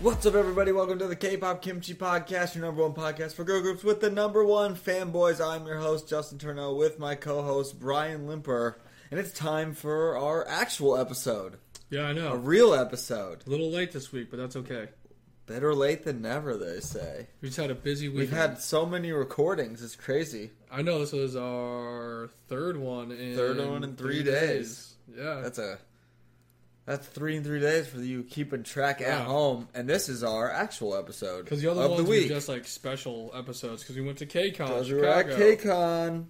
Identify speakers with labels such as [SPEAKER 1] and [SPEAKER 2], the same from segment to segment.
[SPEAKER 1] What's up, everybody? Welcome to the K-pop Kimchi Podcast, your number one podcast for girl groups with the number one fanboys. I'm your host Justin Turno with my co-host Brian Limper, and it's time for our actual episode,
[SPEAKER 2] Yeah, I know.
[SPEAKER 1] a real episode.
[SPEAKER 2] a little late this week, but that's okay.
[SPEAKER 1] Better late than never, they say.
[SPEAKER 2] We just had a busy week.
[SPEAKER 1] We've had so many recordings; it's crazy.
[SPEAKER 2] I know this was our third one in
[SPEAKER 1] Third one in three
[SPEAKER 2] Yeah,
[SPEAKER 1] That's a that's three and three days for you keeping track at
[SPEAKER 2] Yeah.
[SPEAKER 1] home, and this is our actual episode
[SPEAKER 2] because the other
[SPEAKER 1] of
[SPEAKER 2] ones
[SPEAKER 1] the week.
[SPEAKER 2] were just like special episodes because we went to KCON
[SPEAKER 1] Those were at
[SPEAKER 2] Chicago.
[SPEAKER 1] KCON.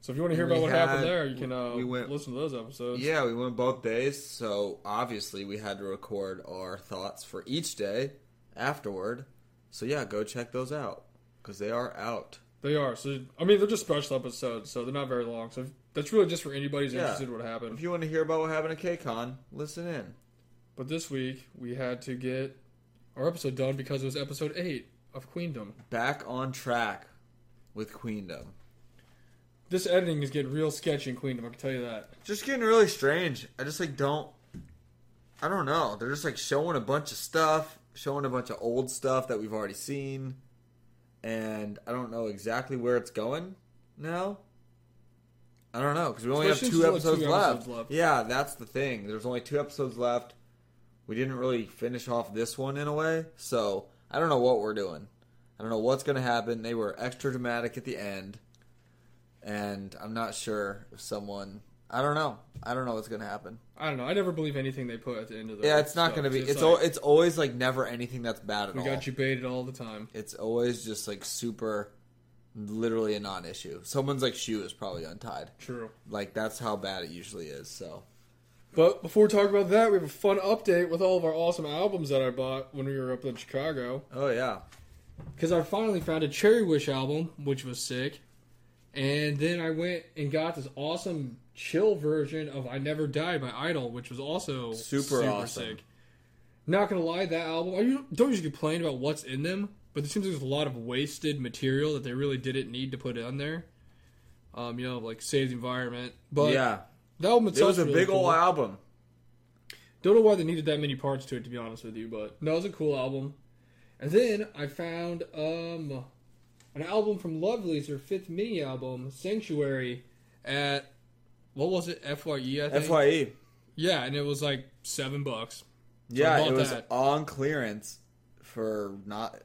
[SPEAKER 2] So if you want to hear
[SPEAKER 1] And
[SPEAKER 2] about
[SPEAKER 1] we
[SPEAKER 2] what
[SPEAKER 1] had-
[SPEAKER 2] happened there, you can uh,
[SPEAKER 1] we went-
[SPEAKER 2] listen to those episodes.
[SPEAKER 1] Yeah, we went both days, so obviously we had to record our thoughts for each day afterward. So yeah, go check those out because they are out.
[SPEAKER 2] they are. So I mean, they're just special episodes, so they're not very long. So if- that's really just for anybody who's
[SPEAKER 1] Yeah.
[SPEAKER 2] interested in what
[SPEAKER 1] If
[SPEAKER 2] happened.
[SPEAKER 1] you want to hear about what happened at KCON, listen in.
[SPEAKER 2] But this week we had to get our episode done because it was episode eight of Queendom.
[SPEAKER 1] Back on track with Queendom.
[SPEAKER 2] This editing is getting real sketchy in Queendom. I can tell you that.
[SPEAKER 1] Just getting really strange. I just like don't. I don't know. They're just like showing a bunch of stuff, showing a bunch of old stuff that we've already seen, and I don't know exactly where it's going now. I don't know because we only
[SPEAKER 2] Especially
[SPEAKER 1] have two
[SPEAKER 2] since there's
[SPEAKER 1] episodes
[SPEAKER 2] only two
[SPEAKER 1] left.
[SPEAKER 2] episodes left.
[SPEAKER 1] Yeah, that's the thing. There's only two episodes left. We didn't really finish off this one in a way, so I don't know what we're doing. I don't know what's going to happen. They were extra dramatic at the end, and I'm not sure if someone. I don't know. I don't know what's going to happen.
[SPEAKER 2] I don't know. I never believe anything they put at the end of the.
[SPEAKER 1] Yeah, it's not going to be. It's al-
[SPEAKER 2] like,
[SPEAKER 1] it's always like never anything that's bad at
[SPEAKER 2] we
[SPEAKER 1] all.
[SPEAKER 2] got you baited all the time.
[SPEAKER 1] It's always just like super, literally a non-issue. Someone's like shoe is probably untied.
[SPEAKER 2] True.
[SPEAKER 1] Like that's how bad it usually is. So
[SPEAKER 2] But before we talk about that, we have a fun update with all of our awesome albums that I bought when we were up in Chicago.
[SPEAKER 1] oh yeah,
[SPEAKER 2] Because I finally found a Cherry Wish album, which was sick. And then I went and got this awesome chill version of I Never Die by Idol, which was also
[SPEAKER 1] Super awesome.
[SPEAKER 2] Not gonna lie, that album I usu- don't usually complain about what's in them, but it seems like there's a lot of wasted material that they really didn't need to put on there. Um, you know, like save the environment. But
[SPEAKER 1] yeah.
[SPEAKER 2] that album
[SPEAKER 1] It
[SPEAKER 2] itself
[SPEAKER 1] was a
[SPEAKER 2] really
[SPEAKER 1] big
[SPEAKER 2] cool.
[SPEAKER 1] old album.
[SPEAKER 2] Don't know why they needed that many parts to it, to be honest with you, but no, it was a cool album. And then I found um, an album from Lovely's, their fifth mini album, Sanctuary, at what was it, FYE? I think.
[SPEAKER 1] Fye.
[SPEAKER 2] Yeah, and it was like seven bucks.
[SPEAKER 1] Yeah,
[SPEAKER 2] bought
[SPEAKER 1] it was
[SPEAKER 2] that.
[SPEAKER 1] on clearance for not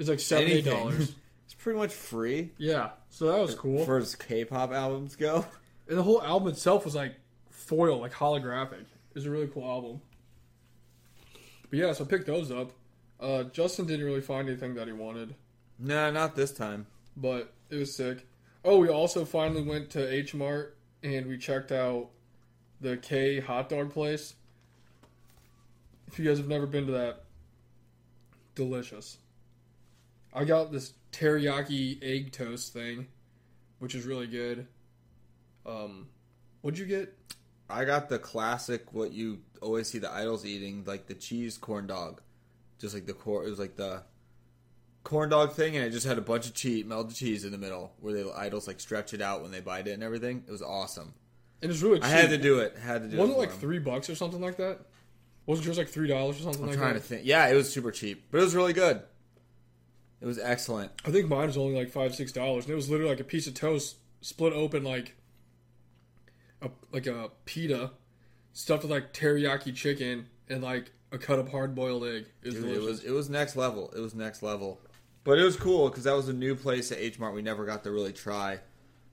[SPEAKER 2] It's like seventy
[SPEAKER 1] anything.
[SPEAKER 2] dollars.
[SPEAKER 1] it's pretty much free
[SPEAKER 2] yeah, so that was cool.
[SPEAKER 1] for as K-pop albums go.
[SPEAKER 2] and the whole album itself was like foil, like holographic. It was a really cool album. But yeah, so I picked those up. Uh, Justin didn't really find anything that he wanted.
[SPEAKER 1] No, not this time.
[SPEAKER 2] but it was sick. Oh, we also finally went to H Mart and we checked out the K hot dog place. If you guys have never been to that, delicious. I got this teriyaki egg toast thing, which is really good. Um, what'd you get?
[SPEAKER 1] I got the classic what you always see the idols eating, like the cheese corn dog, just like the corn. It was like the corn dog thing, and it just had a bunch of cheese, melted cheese in the middle, where the idols like stretch it out when they bite it and everything. It was awesome.
[SPEAKER 2] And it's really cheap.
[SPEAKER 1] I had to do it. Had to do
[SPEAKER 2] Wasn't
[SPEAKER 1] it.
[SPEAKER 2] it
[SPEAKER 1] for
[SPEAKER 2] like
[SPEAKER 1] him.
[SPEAKER 2] three bucks or something like that? Wasn't yours like three dollars or something
[SPEAKER 1] I'm
[SPEAKER 2] like
[SPEAKER 1] trying
[SPEAKER 2] that?
[SPEAKER 1] to think. Yeah, it was super cheap, but it was really good. It was excellent.
[SPEAKER 2] I think mine was only like five, six dollars, and it was literally like a piece of toast split open like a like a pita stuffed with like teriyaki chicken and like a cut up hard boiled egg. It was,
[SPEAKER 1] Dude, it
[SPEAKER 2] delicious.
[SPEAKER 1] was it was next level. It was next level. But it was cool because that was a new place at H Mart. We never got to really try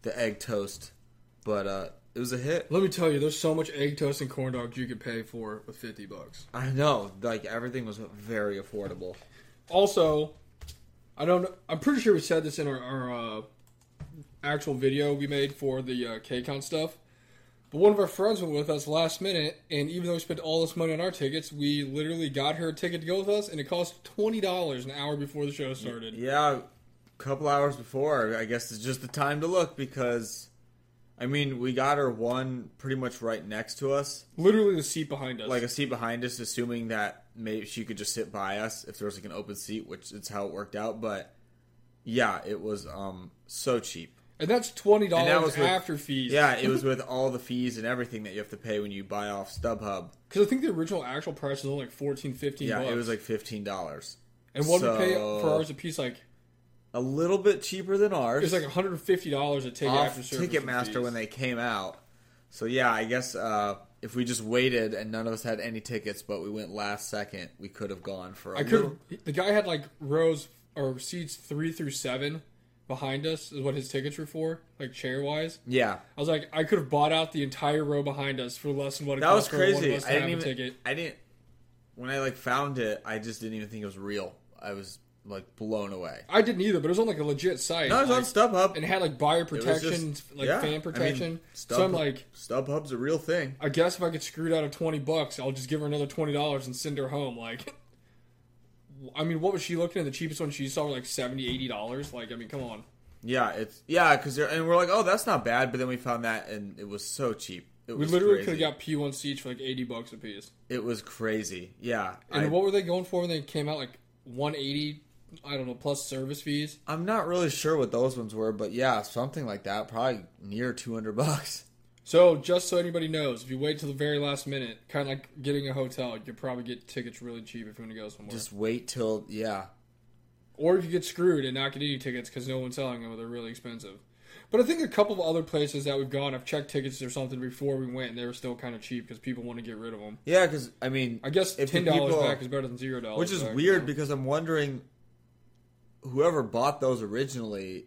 [SPEAKER 1] the egg toast, but uh, it was a hit.
[SPEAKER 2] Let me tell you, there's so much egg toast and corn dogs you could pay for with fifty bucks.
[SPEAKER 1] I know, like everything was very affordable.
[SPEAKER 2] Also, I don't. know- I'm pretty sure we said this in our, our uh, actual video we made for the uh, KCON stuff. But one of our friends went with us last minute, and even though we spent all this money on our tickets, we literally got her a ticket to go with us, and it cost twenty dollars an hour before the show started.
[SPEAKER 1] Yeah, a couple hours before, I guess it's just the time to look because, I mean, we got her one pretty much right next to us,
[SPEAKER 2] Literally the seat behind us.
[SPEAKER 1] like a seat behind us, assuming that maybe she could just sit by us if there was like an open seat, which it's how it worked out. But yeah, it was um so cheap.
[SPEAKER 2] And that's twenty
[SPEAKER 1] And that
[SPEAKER 2] dollars
[SPEAKER 1] was with-
[SPEAKER 2] after fees.
[SPEAKER 1] Yeah, it was with all the fees and everything that you have to pay when you buy off StubHub.
[SPEAKER 2] because I think the original actual price was only like 14, 15
[SPEAKER 1] Yeah,
[SPEAKER 2] bucks.
[SPEAKER 1] it was like fifteen dollars.
[SPEAKER 2] and what did we pay
[SPEAKER 1] so-
[SPEAKER 2] for ours a piece? Like
[SPEAKER 1] A little bit cheaper than
[SPEAKER 2] it
[SPEAKER 1] ours.
[SPEAKER 2] was like one hundred and fifty dollars to take
[SPEAKER 1] off
[SPEAKER 2] after service. and
[SPEAKER 1] Ticketmaster
[SPEAKER 2] fees.
[SPEAKER 1] when they came out. So yeah, I guess uh, if we just waited and none of us had any tickets, but we went last second, we could have gone for. a
[SPEAKER 2] I
[SPEAKER 1] little-
[SPEAKER 2] could. The guy had like rows or seats three through seven behind us is what his tickets were for, like chair wise.
[SPEAKER 1] Yeah,
[SPEAKER 2] I was like, I could have bought out the entire row behind us for less than what it
[SPEAKER 1] that was
[SPEAKER 2] cost for one of
[SPEAKER 1] crazy.
[SPEAKER 2] us to
[SPEAKER 1] I
[SPEAKER 2] have
[SPEAKER 1] didn't
[SPEAKER 2] a
[SPEAKER 1] even.
[SPEAKER 2] ticket.
[SPEAKER 1] I didn't. When I like found it, I just didn't even think it was real. I was like blown away.
[SPEAKER 2] I didn't either, but it was on like a legit site.
[SPEAKER 1] No, it was
[SPEAKER 2] like,
[SPEAKER 1] on StubHub.
[SPEAKER 2] and it had like buyer
[SPEAKER 1] It was
[SPEAKER 2] protection,
[SPEAKER 1] just-
[SPEAKER 2] like
[SPEAKER 1] yeah, I
[SPEAKER 2] fan
[SPEAKER 1] mean,
[SPEAKER 2] protection. so I'm
[SPEAKER 1] StubHub-
[SPEAKER 2] like,
[SPEAKER 1] StubHub's a real thing.
[SPEAKER 2] I guess if I get screwed out of twenty bucks, I'll just give her another twenty dollars and send her home. Like, I mean, what was she looking at? The cheapest one she saw were like 70 dollars. Like, I mean, come on.
[SPEAKER 1] Yeah, it's yeah, because and we're like, oh, that's not bad. But then we found that, and it was so cheap. It
[SPEAKER 2] We
[SPEAKER 1] was
[SPEAKER 2] literally
[SPEAKER 1] crazy.
[SPEAKER 2] could have got P one seats for like eighty bucks a piece.
[SPEAKER 1] It was crazy. Yeah,
[SPEAKER 2] And
[SPEAKER 1] I-
[SPEAKER 2] what were they going for when they came out? Like one eighty, I don't know, plus service fees.
[SPEAKER 1] I'm not really sure what those ones were, but yeah, something like that. Probably near 200 bucks.
[SPEAKER 2] So just so anybody knows, if you wait till the very last minute, kind of like getting a hotel, you'll probably get tickets really cheap if you want to go somewhere.
[SPEAKER 1] Just wait till yeah.
[SPEAKER 2] or if you get screwed and not get any tickets because no one's selling them, or they're really expensive. But I think a couple of other places that we've gone, I've checked tickets or something before we went, and they were still kind of cheap because people want to get rid of them.
[SPEAKER 1] Yeah, cuz I mean
[SPEAKER 2] I guess
[SPEAKER 1] If the
[SPEAKER 2] ten dollars
[SPEAKER 1] people-
[SPEAKER 2] back is better than zero dollars,
[SPEAKER 1] which is weird because I'm wondering whoever bought those originally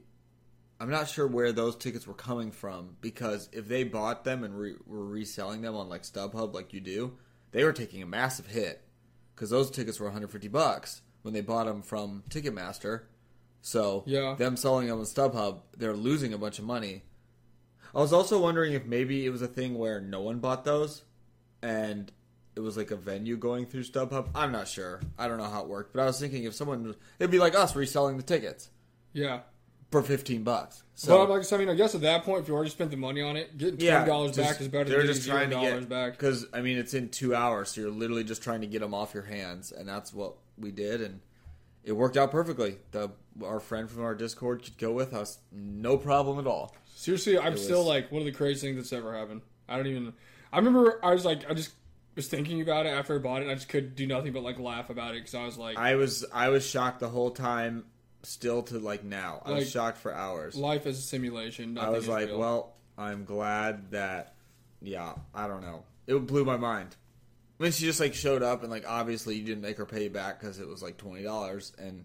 [SPEAKER 1] I'm not sure where those tickets were coming from because if they bought them and re- were reselling them on like StubHub like you do, they were taking a massive hit cuz those tickets were 150 bucks when they bought them from Ticketmaster. So
[SPEAKER 2] Yeah.
[SPEAKER 1] them selling them on StubHub, they're losing a bunch of money. I was also wondering if maybe it was a thing where no one bought those and it was like a venue going through StubHub. I'm not sure. I don't know how it worked, but I was thinking if someone it'd be like us reselling the tickets
[SPEAKER 2] yeah.
[SPEAKER 1] for 15 bucks. So
[SPEAKER 2] So, but like, so, I mean, I guess at that point, if you already spent the money on it, getting
[SPEAKER 1] yeah,
[SPEAKER 2] twenty dollars
[SPEAKER 1] just-
[SPEAKER 2] back is better
[SPEAKER 1] they're
[SPEAKER 2] than getting
[SPEAKER 1] just
[SPEAKER 2] zero
[SPEAKER 1] trying to
[SPEAKER 2] dollars
[SPEAKER 1] get
[SPEAKER 2] back.
[SPEAKER 1] Cuz I mean it's in 2 hours, so you're literally just trying to get them off your hands and that's what we did and it worked out perfectly. The our friend from our Discord could go with us, no problem at all.
[SPEAKER 2] Seriously, I'm
[SPEAKER 1] It
[SPEAKER 2] still
[SPEAKER 1] was-
[SPEAKER 2] like one of the craziest things that's ever happened. I don't even. I remember I was like, I just was thinking about it after I bought it. And I just could do nothing but like laugh about it because I was like,
[SPEAKER 1] I was I was shocked the whole time, still to like now. I
[SPEAKER 2] Like-
[SPEAKER 1] was shocked for hours.
[SPEAKER 2] life is a simulation.
[SPEAKER 1] I
[SPEAKER 2] nothing
[SPEAKER 1] was
[SPEAKER 2] is
[SPEAKER 1] like,
[SPEAKER 2] real.
[SPEAKER 1] well, I'm glad that, yeah, I don't know. It blew my mind. I mean, she just like showed up and like obviously you didn't make her pay back because it was like twenty dollars and,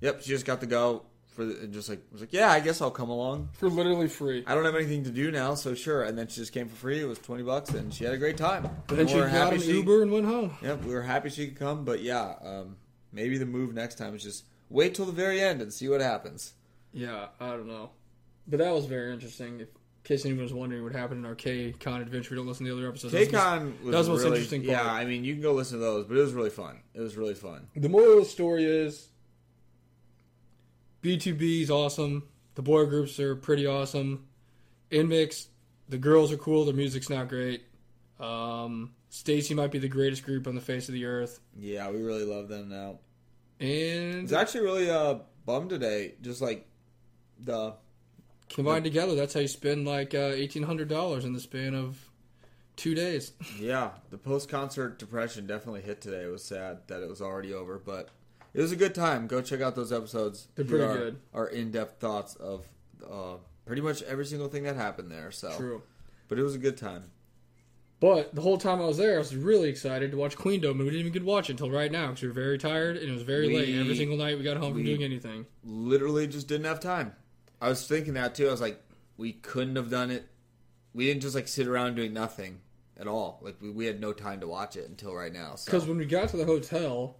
[SPEAKER 1] yep, she just got to go for the, and just like was like yeah, I guess I'll come along.
[SPEAKER 2] for literally free.
[SPEAKER 1] I don't have anything to do now, so sure. And then she just came for free. It was twenty bucks and she had a great time.
[SPEAKER 2] And then
[SPEAKER 1] We
[SPEAKER 2] she
[SPEAKER 1] were
[SPEAKER 2] got an Uber and went home.
[SPEAKER 1] Yep, we were happy she could come, but yeah, um, maybe the move next time is just wait till the very end and see what happens.
[SPEAKER 2] Yeah, I don't know, but that was very interesting. If, in case anyone was wondering what happened in our K-Con adventure, don't listen to the other episodes. This was-
[SPEAKER 1] KCON was
[SPEAKER 2] that was the most
[SPEAKER 1] really,
[SPEAKER 2] interesting part.
[SPEAKER 1] Yeah, I mean, you can go listen to those, but it was really fun. It was really fun.
[SPEAKER 2] The moral of the story is B2B is awesome. The boy groups are pretty awesome. Inmix, the girls are cool. The music's not great. Um, Stacy might be the greatest group on the face of the earth.
[SPEAKER 1] Yeah, we really love them now.
[SPEAKER 2] And
[SPEAKER 1] It's actually really uh bummed today, just like the
[SPEAKER 2] combined together, that's how you spend like uh, $1,800 in the span of two days.
[SPEAKER 1] yeah the post concert depression definitely hit today. It was sad that it was already over, but it was a good time. Go check out those episodes.
[SPEAKER 2] They're
[SPEAKER 1] Here
[SPEAKER 2] pretty
[SPEAKER 1] are
[SPEAKER 2] good.
[SPEAKER 1] Our in depth thoughts of uh, pretty much every single thing that happened there. So,
[SPEAKER 2] True.
[SPEAKER 1] but it was a good time.
[SPEAKER 2] But the whole time I was there, I was really excited to watch Queendom, and we didn't even get to watch it until right now because we were very tired and it was very
[SPEAKER 1] We-
[SPEAKER 2] late. Every single night we got home from
[SPEAKER 1] we-
[SPEAKER 2] doing anything.
[SPEAKER 1] literally just didn't have time. I was thinking that too. I was like, we couldn't have done it. We didn't just like sit around doing nothing at all. Like we, we had no time to watch it until right now.
[SPEAKER 2] Because
[SPEAKER 1] So
[SPEAKER 2] when we got to the hotel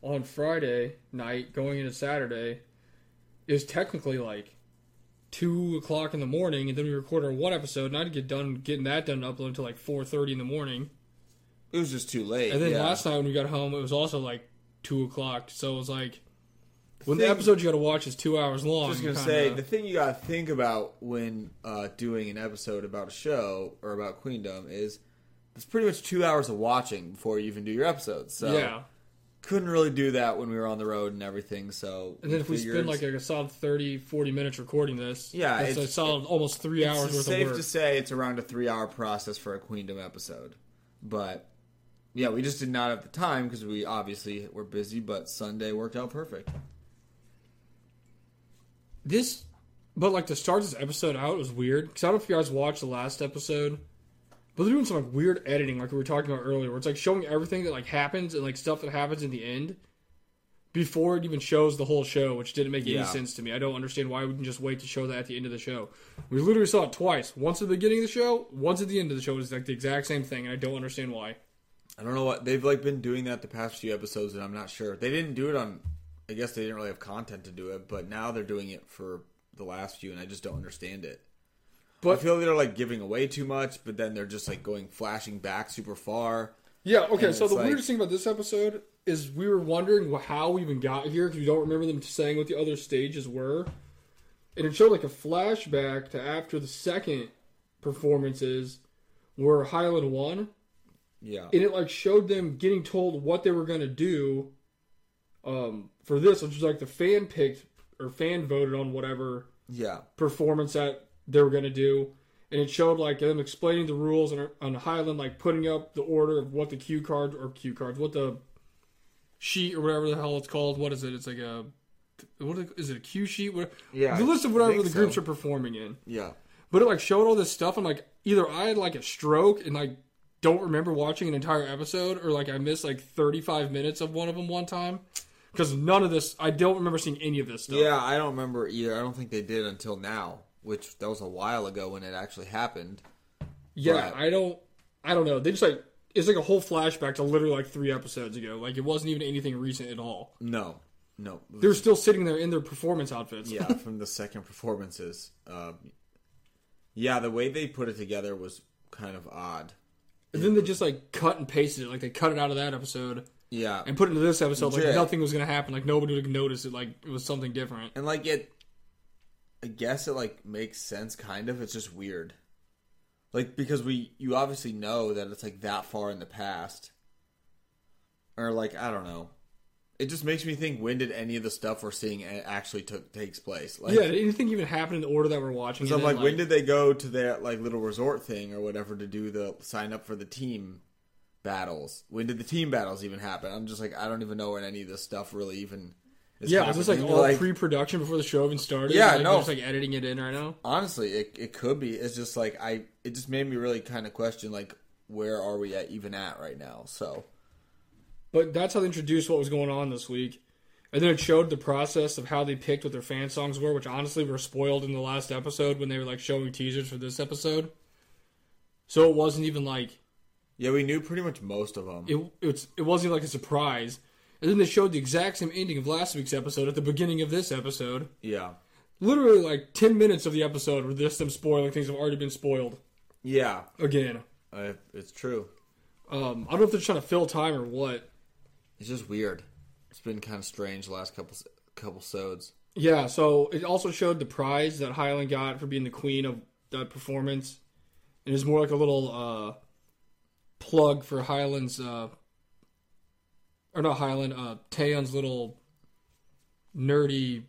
[SPEAKER 2] on Friday night, going into Saturday, it was technically like two o'clock in the morning, and then we recorded our one episode, and I had to get done getting that done and upload until like four thirty in the morning.
[SPEAKER 1] it was just too late.
[SPEAKER 2] And then
[SPEAKER 1] yeah.
[SPEAKER 2] last night when we got home, it was also like two o'clock. So it was like when the
[SPEAKER 1] thing-
[SPEAKER 2] episode you got to watch is two hours long.
[SPEAKER 1] I was just
[SPEAKER 2] you
[SPEAKER 1] gonna
[SPEAKER 2] kinda-
[SPEAKER 1] say the thing you gotta think about when uh, doing an episode about a show or about Queendom is it's pretty much two hours of watching before you even do your episode. So
[SPEAKER 2] yeah,
[SPEAKER 1] couldn't really do that when we were on the road and everything. So
[SPEAKER 2] And then if we spend
[SPEAKER 1] figured-
[SPEAKER 2] like a solid 30, 40 minutes recording this,
[SPEAKER 1] Yeah,
[SPEAKER 2] that's
[SPEAKER 1] it's-
[SPEAKER 2] a solid almost three
[SPEAKER 1] It's
[SPEAKER 2] hours worth
[SPEAKER 1] safe
[SPEAKER 2] of work.
[SPEAKER 1] to say it's around a three-hour process for a Queendom episode, but yeah, we just did not have the time because we obviously were busy. But Sunday worked out perfect.
[SPEAKER 2] This, but like to start this episode out was weird because I don't know if you guys watched the last episode, but they're doing some like weird editing, like we were talking about earlier, where it's like showing everything that like happens and like stuff that happens in the end before it even shows the whole show, which didn't make
[SPEAKER 1] Yeah.
[SPEAKER 2] any sense to me. I don't understand why we didn't just wait to show that at the end of the show. We literally saw it twice, once at the beginning of the show, once at the end of the show. It was like the exact same thing, and I don't understand why.
[SPEAKER 1] I don't know what they've like been doing that the past few episodes, and I'm not sure they didn't do it on. I guess they didn't really have content to do it, but now they're doing it for the last few, and I just don't understand it. But I
[SPEAKER 2] But-
[SPEAKER 1] feel they're like giving away too much, but then they're just like going flashing back super far.
[SPEAKER 2] Yeah, okay,
[SPEAKER 1] And
[SPEAKER 2] so
[SPEAKER 1] it's
[SPEAKER 2] the
[SPEAKER 1] like-
[SPEAKER 2] weirdest thing about this episode is we were wondering wh- how we even got here because we don't remember them saying what the other stages were. And it showed like a flashback to after the second performances where Highland won.
[SPEAKER 1] Yeah,
[SPEAKER 2] And it like showed them getting told what they were going to do um, for this, which was like the fan picked or fan voted on whatever
[SPEAKER 1] yeah,
[SPEAKER 2] performance that they were going to do. And it showed like them explaining the rules and on Highland, like putting up the order of what the cue card or cue cards, what the sheet or whatever the hell it's called. What is it? It's like a what is it, is it a cue sheet? What,
[SPEAKER 1] Yeah,
[SPEAKER 2] the list of
[SPEAKER 1] I
[SPEAKER 2] whatever
[SPEAKER 1] think
[SPEAKER 2] the groups
[SPEAKER 1] so.
[SPEAKER 2] are performing in.
[SPEAKER 1] yeah.
[SPEAKER 2] But it like showed all this stuff. and like either I had like a stroke and like don't remember watching an entire episode, or like I missed like thirty five minutes of one of them one time because none of this I don't remember seeing any of this stuff.
[SPEAKER 1] Yeah, I don't remember either. I don't think they did until now, which that was a while ago when it actually happened.
[SPEAKER 2] Yeah,
[SPEAKER 1] Right.
[SPEAKER 2] I don't, I don't know. They just like it's like a whole flashback to literally like three episodes ago. Like it wasn't even anything recent at all.
[SPEAKER 1] No, no.
[SPEAKER 2] They're still sitting there in their performance outfits.
[SPEAKER 1] yeah, from the second performances. Um, yeah, the way they put it together was kind of odd.
[SPEAKER 2] And then they just like cut and pasted it. Like they cut it out of that episode
[SPEAKER 1] Yeah,
[SPEAKER 2] and put it into this episode. Like
[SPEAKER 1] Legit.
[SPEAKER 2] nothing was gonna happen. Like nobody would notice it. Like it was something different.
[SPEAKER 1] and like it, I guess it like makes sense. Kind of, it's just weird. Like because we, you obviously know that it's like that far in the past, or like I don't know. It just makes me think: when did any of the stuff we're seeing a- actually took takes place? Like,
[SPEAKER 2] Yeah, did anything even happen in the order that we're watching?
[SPEAKER 1] So
[SPEAKER 2] And
[SPEAKER 1] I'm
[SPEAKER 2] then,
[SPEAKER 1] like, when did they go to their like little resort thing or whatever to do the sign up for the team battles? When did the team battles even happen? I'm just like, I don't even know when any of this stuff really even. Is
[SPEAKER 2] yeah, was this like oh,
[SPEAKER 1] happening.
[SPEAKER 2] all pre-production before the show even started?
[SPEAKER 1] Yeah,
[SPEAKER 2] Like, they're
[SPEAKER 1] no.
[SPEAKER 2] just like editing it in right now.
[SPEAKER 1] honestly, it it could be. It's just like I. It just made me really kind of question like, where are we at even at right now? So
[SPEAKER 2] But that's how they introduced what was going on this week. And then it showed the process of how they picked what their fan songs were, which honestly were spoiled in the last episode when they were like showing teasers for this episode. So it wasn't even like
[SPEAKER 1] yeah, we knew pretty much most of them.
[SPEAKER 2] it it's, it wasn't even like a surprise. And then they showed the exact same ending of last week's episode at the beginning of this episode.
[SPEAKER 1] yeah,
[SPEAKER 2] Literally like 10 minutes of the episode were just them spoiling things that have already been spoiled
[SPEAKER 1] yeah,
[SPEAKER 2] again.
[SPEAKER 1] uh, it's true.
[SPEAKER 2] Um, I don't know if they're trying to fill time or what.
[SPEAKER 1] It's just weird. It's been kind of strange the last couple s- couple sodes.
[SPEAKER 2] Yeah, so it also showed the prize that Highland got for being the queen of that performance. It was more like a little uh, plug for Highland's, uh, or not Highland, uh, Taeyeon's little nerdy,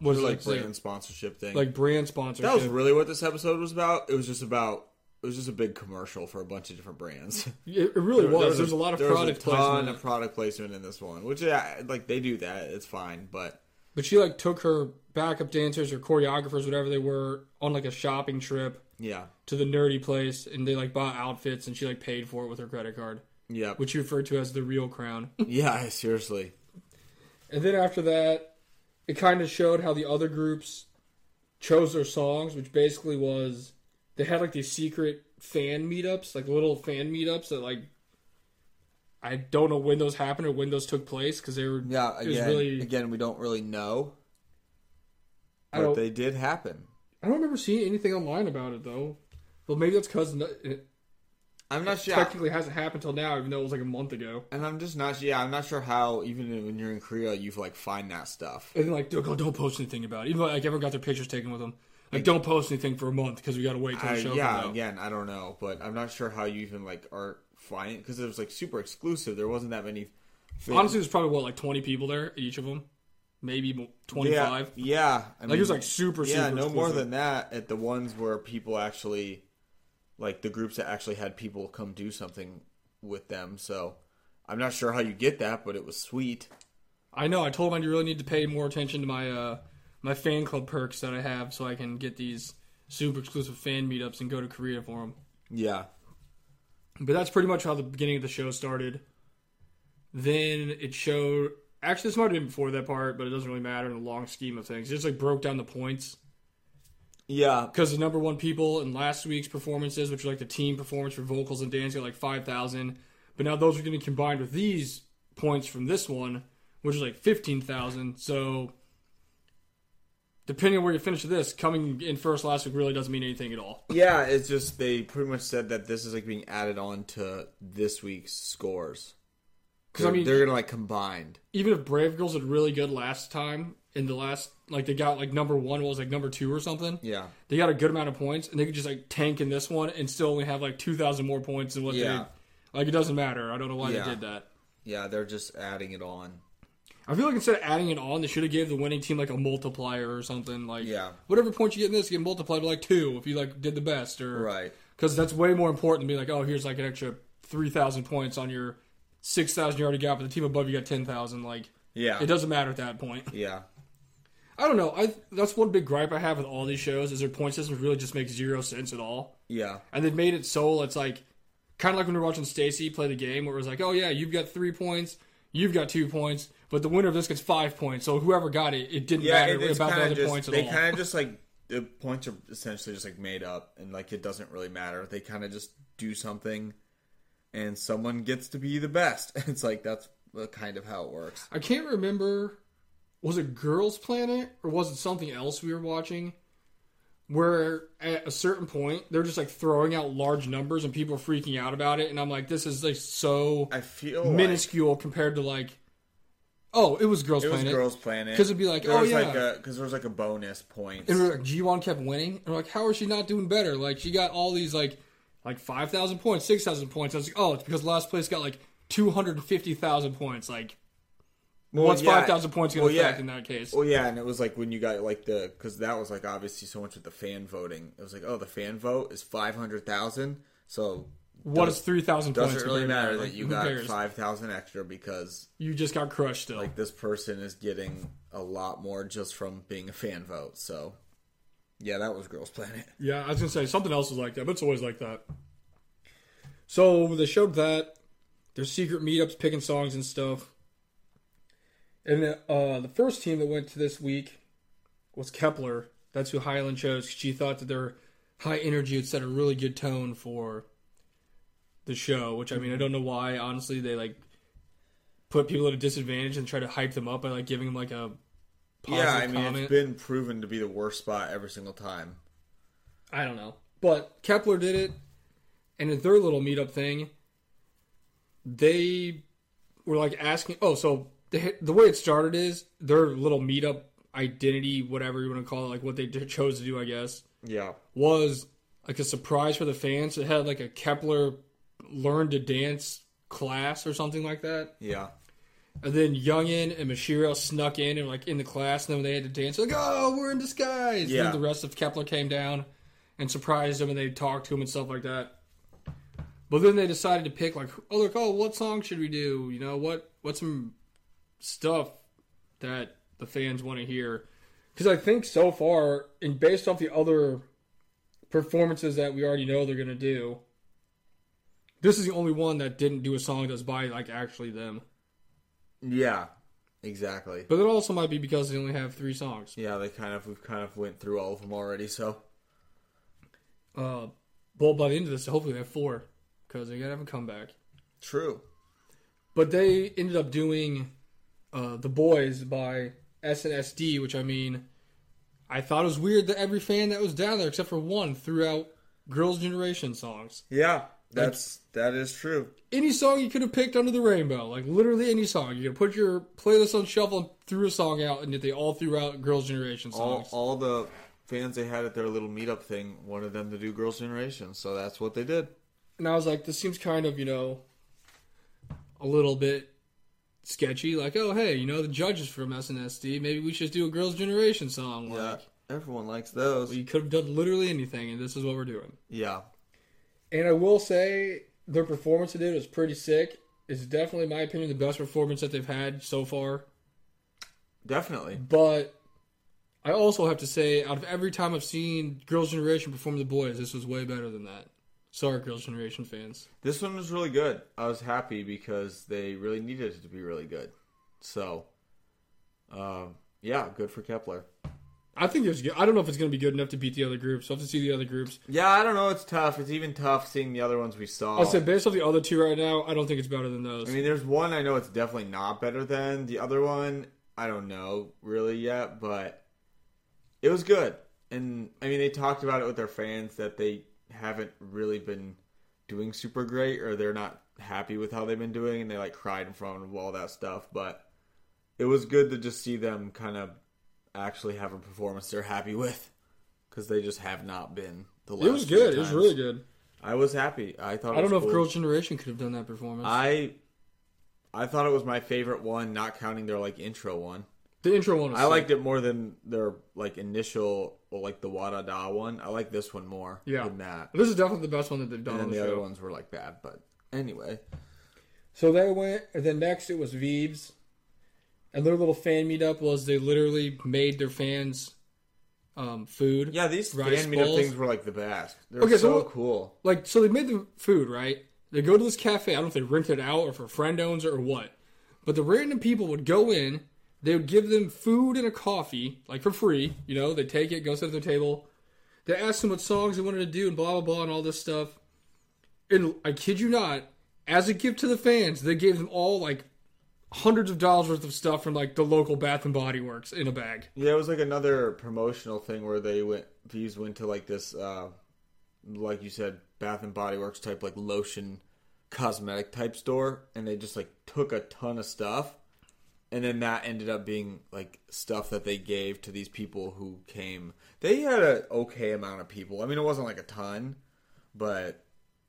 [SPEAKER 2] what is it
[SPEAKER 1] Like
[SPEAKER 2] like brand,
[SPEAKER 1] brand sponsorship thing.
[SPEAKER 2] like brand sponsorship.
[SPEAKER 1] That was really what this episode was about. It was just about it was just a big commercial for a bunch of different brands.
[SPEAKER 2] it, it really was. There's a, lot of
[SPEAKER 1] there was
[SPEAKER 2] product
[SPEAKER 1] a ton
[SPEAKER 2] placement,
[SPEAKER 1] of product placement in this one, which yeah, like they do that. It's fine, but
[SPEAKER 2] but she like took her backup dancers or choreographers, whatever they were, on like a shopping trip
[SPEAKER 1] yeah,
[SPEAKER 2] to the nerdy place, and they like bought outfits, and she like paid for it with her credit card.
[SPEAKER 1] yeah,
[SPEAKER 2] which you refer to as the real crown.
[SPEAKER 1] yeah. Seriously,
[SPEAKER 2] and then after that, it kind of showed how the other groups chose their songs, which basically was they had like these secret fan meetups, like little fan meetups that like I don't know when those happened or when those took place because they were
[SPEAKER 1] yeah.
[SPEAKER 2] it was
[SPEAKER 1] Again,
[SPEAKER 2] really
[SPEAKER 1] again, we don't really know,
[SPEAKER 2] I
[SPEAKER 1] but
[SPEAKER 2] don't
[SPEAKER 1] they did happen.
[SPEAKER 2] I don't remember seeing anything online about it though. Well, maybe that's because it
[SPEAKER 1] I'm not sure,
[SPEAKER 2] technically hasn't happened till now, even though it was like a month ago.
[SPEAKER 1] and I'm just not. Yeah, I'm not sure how even when you're in Korea, you like find that stuff.
[SPEAKER 2] And then like, don't, don't post anything about it. Even though like everyone got their pictures taken with them. Like, don't post anything for a month because we got to wait till
[SPEAKER 1] I,
[SPEAKER 2] the show comes
[SPEAKER 1] Uh, yeah,
[SPEAKER 2] out.
[SPEAKER 1] again, I don't know, but I'm not sure how you even like are finding because it was like super exclusive. There wasn't that many
[SPEAKER 2] Honestly, there's probably what like 20 people there, each of them, maybe mo- 25.
[SPEAKER 1] Yeah, yeah. I
[SPEAKER 2] Like it was like super, super.
[SPEAKER 1] yeah, no more
[SPEAKER 2] exclusive.
[SPEAKER 1] than that at the ones where people actually, like the groups that actually had people come do something with them. So I'm not sure how you get that, but it was sweet.
[SPEAKER 2] I know. I told him I really need to pay more attention to my uh, my fan club perks that I have, so I can get these super exclusive fan meetups and go to Korea for them.
[SPEAKER 1] Yeah,
[SPEAKER 2] But that's pretty much how the beginning of the show started. Then it showed. Actually, this might have been before that part, but it doesn't really matter in the long scheme of things. It just like broke down the points
[SPEAKER 1] yeah,
[SPEAKER 2] because the number one people in last week's performances, which are like the team performance for vocals and dance, got like five thousand. But now those are getting combined with these points from this one, which is like fifteen thousand. So depending on where you finish this, coming in first last week really doesn't mean anything at all.
[SPEAKER 1] yeah. It's just they pretty much said that this is like being added on to this week's scores.
[SPEAKER 2] 'Cause, I
[SPEAKER 1] They're-
[SPEAKER 2] mean-
[SPEAKER 1] they're gonna like combined.
[SPEAKER 2] even if Brave Girls did really good last time in the last like they got like number one what was like number two or something.
[SPEAKER 1] Yeah,
[SPEAKER 2] They got a good amount of points and they could just like tank in this one and still only have like two thousand more points than what
[SPEAKER 1] Yeah.
[SPEAKER 2] they like it doesn't matter. I don't know why
[SPEAKER 1] Yeah.
[SPEAKER 2] they did that.
[SPEAKER 1] yeah. They're just adding it on.
[SPEAKER 2] I feel like instead of adding it on, they should have gave the winning team like a multiplier or something. Like
[SPEAKER 1] Yeah.
[SPEAKER 2] whatever points you get in this get multiplied by like two if you like did the best or
[SPEAKER 1] Right.
[SPEAKER 2] Because that's way more important than being like, oh, here's like an extra three thousand points on your six thousand you already got, but the team above you got ten thousand. Like
[SPEAKER 1] Yeah.
[SPEAKER 2] it doesn't matter at that point.
[SPEAKER 1] Yeah.
[SPEAKER 2] I don't know. I that's one big gripe I have with all these shows is their point systems really just make zero sense at all,
[SPEAKER 1] Yeah.
[SPEAKER 2] and they've made it so it's like kind of like when we were watching Stacy play the game, where it was like, oh yeah, you've got three points, you've got two points, but the winner of this gets five points. So whoever got it, it didn't
[SPEAKER 1] Yeah,
[SPEAKER 2] matter
[SPEAKER 1] it, it's
[SPEAKER 2] about the
[SPEAKER 1] kind
[SPEAKER 2] other
[SPEAKER 1] of just
[SPEAKER 2] points at
[SPEAKER 1] they
[SPEAKER 2] all.
[SPEAKER 1] kind of just like the points are essentially just like made up, and like it doesn't really matter. They kind of just do something, and someone gets to be the best. It's like that's the kind of how it works.
[SPEAKER 2] I can't remember. Was it Girls Planet or was it something else we were watching? Where at a certain point they're just like throwing out large numbers and people are freaking out about it, and I'm like, this is like so
[SPEAKER 1] I feel
[SPEAKER 2] minuscule compared to like oh it was girls
[SPEAKER 1] like it was
[SPEAKER 2] planet
[SPEAKER 1] Girls Planet
[SPEAKER 2] 'Cause it'd be like,
[SPEAKER 1] There
[SPEAKER 2] oh,
[SPEAKER 1] was
[SPEAKER 2] yeah.
[SPEAKER 1] like because there was like a bonus point.
[SPEAKER 2] and we we're like g1 kept winning and we're like how is she not doing better like she got all these like like 5000 points 6000 points i was like oh it's because last place got like 250000 points like
[SPEAKER 1] Well,
[SPEAKER 2] what's
[SPEAKER 1] yeah.
[SPEAKER 2] 5000 points gonna
[SPEAKER 1] Well, yeah.
[SPEAKER 2] affect in that case
[SPEAKER 1] Well, yeah, and it was like when you got like the because that was like obviously so much with the fan voting. It was like, oh, the fan vote is five hundred thousand, so
[SPEAKER 2] what
[SPEAKER 1] does-
[SPEAKER 2] is 3000 points
[SPEAKER 1] doesn't really
[SPEAKER 2] compared to
[SPEAKER 1] matter
[SPEAKER 2] Like,
[SPEAKER 1] that you
[SPEAKER 2] who
[SPEAKER 1] got
[SPEAKER 2] cares?
[SPEAKER 1] five thousand extra because
[SPEAKER 2] you just got crushed still
[SPEAKER 1] like this person is getting a lot more just from being a fan vote. So, yeah, that was Girls Planet.
[SPEAKER 2] Yeah, I was gonna say something else is like that, but it's always like that. So they showed that there's secret meetups, picking songs and stuff. And uh, the first team that went to this week was Kepler. That's who Highland chose. 'cause She thought that their high energy would set a really good tone for the show. Which I mean, I
[SPEAKER 1] Mm-hmm.
[SPEAKER 2] don't know why. Honestly, they like put people at a disadvantage and try to hype them up by like giving them like a positive
[SPEAKER 1] yeah, I mean,
[SPEAKER 2] comment.
[SPEAKER 1] it's been proven to be the worst spot every single time.
[SPEAKER 2] I don't know. But Kepler did it, and in their little meetup thing, they were like asking. Oh, so the the way it started is their little meetup identity, whatever you want to call it, like what they did, chose to do, I guess,
[SPEAKER 1] Yeah,
[SPEAKER 2] was like a surprise for the fans. It had like a Kepler learn to dance class or something like that.
[SPEAKER 1] yeah,
[SPEAKER 2] And then Youngin and Mashiro snuck in and like in the class, and then when they had to dance, like, oh, we're in disguise. And
[SPEAKER 1] Yeah.
[SPEAKER 2] then the rest of Kepler came down and surprised him, and they talked to him and stuff like that. But then they decided to pick like, oh, look, oh, what song should we do? You know what? What's some stuff that the fans want to hear? Because I think so far, and based off the other performances that we already know they're gonna do, this is the only one that didn't do a song that's by like actually them.
[SPEAKER 1] yeah, exactly.
[SPEAKER 2] But it also might be because they only have three songs.
[SPEAKER 1] Yeah, they kind of we've kind of went through all of them already. So
[SPEAKER 2] Uh, well, by the end of this, hopefully they have four because they gotta have a comeback.
[SPEAKER 1] true.
[SPEAKER 2] But they ended up doing uh, "The Boys" by SNSD, which I mean, I thought it was weird that every fan that was down there, except for one, threw out "Girls' Generation" songs.
[SPEAKER 1] Yeah, that's that is true.
[SPEAKER 2] Any song you could have picked under the rainbow, like literally any song, you could put your playlist on shuffle and threw a song out, and yet they all threw out "Girls' Generation"
[SPEAKER 1] All
[SPEAKER 2] songs.
[SPEAKER 1] all the fans they had at their little meetup thing wanted them to do Girls Generation, so that's what they did.
[SPEAKER 2] and I was like, this seems kind of, you know, a little bit sketchy. Like, oh hey, you know the judges from SNSD. Maybe we should do a Girls' Generation song.
[SPEAKER 1] Yeah,
[SPEAKER 2] Like,
[SPEAKER 1] everyone likes those.
[SPEAKER 2] we could have done literally anything, and this is what we're doing.
[SPEAKER 1] yeah,
[SPEAKER 2] And I will say their performance they did was pretty sick. It's definitely, in my opinion, the best performance that they've had so far.
[SPEAKER 1] definitely.
[SPEAKER 2] But I also have to say, out of every time I've seen Girls' Generation perform the boys, this was way better than that. Sorry, Girls' Generation fans.
[SPEAKER 1] This one was really good. I was happy because they really needed it to be really good. So, um, yeah, good for Kepler.
[SPEAKER 2] I think there's. I don't know if it's going to be good enough to beat the other groups. I'll have to see the other groups.
[SPEAKER 1] Yeah, I don't know. It's tough. It's even tough seeing the other ones we saw.
[SPEAKER 2] I said based off the other two right now, I don't think it's better than those.
[SPEAKER 1] Oh. I mean, there's one I know it's definitely not better than the other one. I don't know really yet, but it was good. And I mean, they talked about it with their fans that they haven't really been doing super great, or they're not happy with how they've been doing, and they like cried in front of all that stuff. But it was good to just see them kind of actually have a performance they're happy with, because they just have not been. The last
[SPEAKER 2] it was
[SPEAKER 1] few
[SPEAKER 2] good. It was
[SPEAKER 1] times.
[SPEAKER 2] really good.
[SPEAKER 1] I was happy. I thought. It
[SPEAKER 2] I don't
[SPEAKER 1] was
[SPEAKER 2] know
[SPEAKER 1] cool.
[SPEAKER 2] if Girls' Generation could have done that performance.
[SPEAKER 1] I I thought it was my favorite one, not counting their like intro one.
[SPEAKER 2] the intro one. Was
[SPEAKER 1] I
[SPEAKER 2] sick.
[SPEAKER 1] liked it more than their like initial well, like the Wada Da one. I like this one more
[SPEAKER 2] Yeah.
[SPEAKER 1] than that.
[SPEAKER 2] This is definitely the best one that they've done
[SPEAKER 1] And
[SPEAKER 2] on
[SPEAKER 1] then
[SPEAKER 2] the,
[SPEAKER 1] the
[SPEAKER 2] show.
[SPEAKER 1] other ones were like bad, but anyway.
[SPEAKER 2] So they went, and then next it was Veebs. And their little fan meetup was they literally made their fans um, food.
[SPEAKER 1] Yeah, these
[SPEAKER 2] Rice
[SPEAKER 1] fan meetup
[SPEAKER 2] balls.
[SPEAKER 1] things were like the best. They're
[SPEAKER 2] Okay, so
[SPEAKER 1] so
[SPEAKER 2] what-
[SPEAKER 1] cool.
[SPEAKER 2] Like, so they made the food, right? They go to this cafe. I don't know if they rent it out or if a friend owns it or what. But the random people would go in. They would give them food and a coffee, like for free. You know, they take it, go sit at their table. They asked them what songs they wanted to do and blah, blah, blah, and all this stuff. And I kid you not, as a gift to the fans, they gave them all like hundreds of dollars worth of stuff from like the local Bath and Body Works in a bag.
[SPEAKER 1] Yeah, it was like another promotional thing where they went these went to like this uh like you said, Bath and Body Works type like lotion cosmetic type store and they just like took a ton of stuff and then that ended up being like stuff that they gave to these people who came. They had an okay amount of people. I mean, it wasn't like a ton, but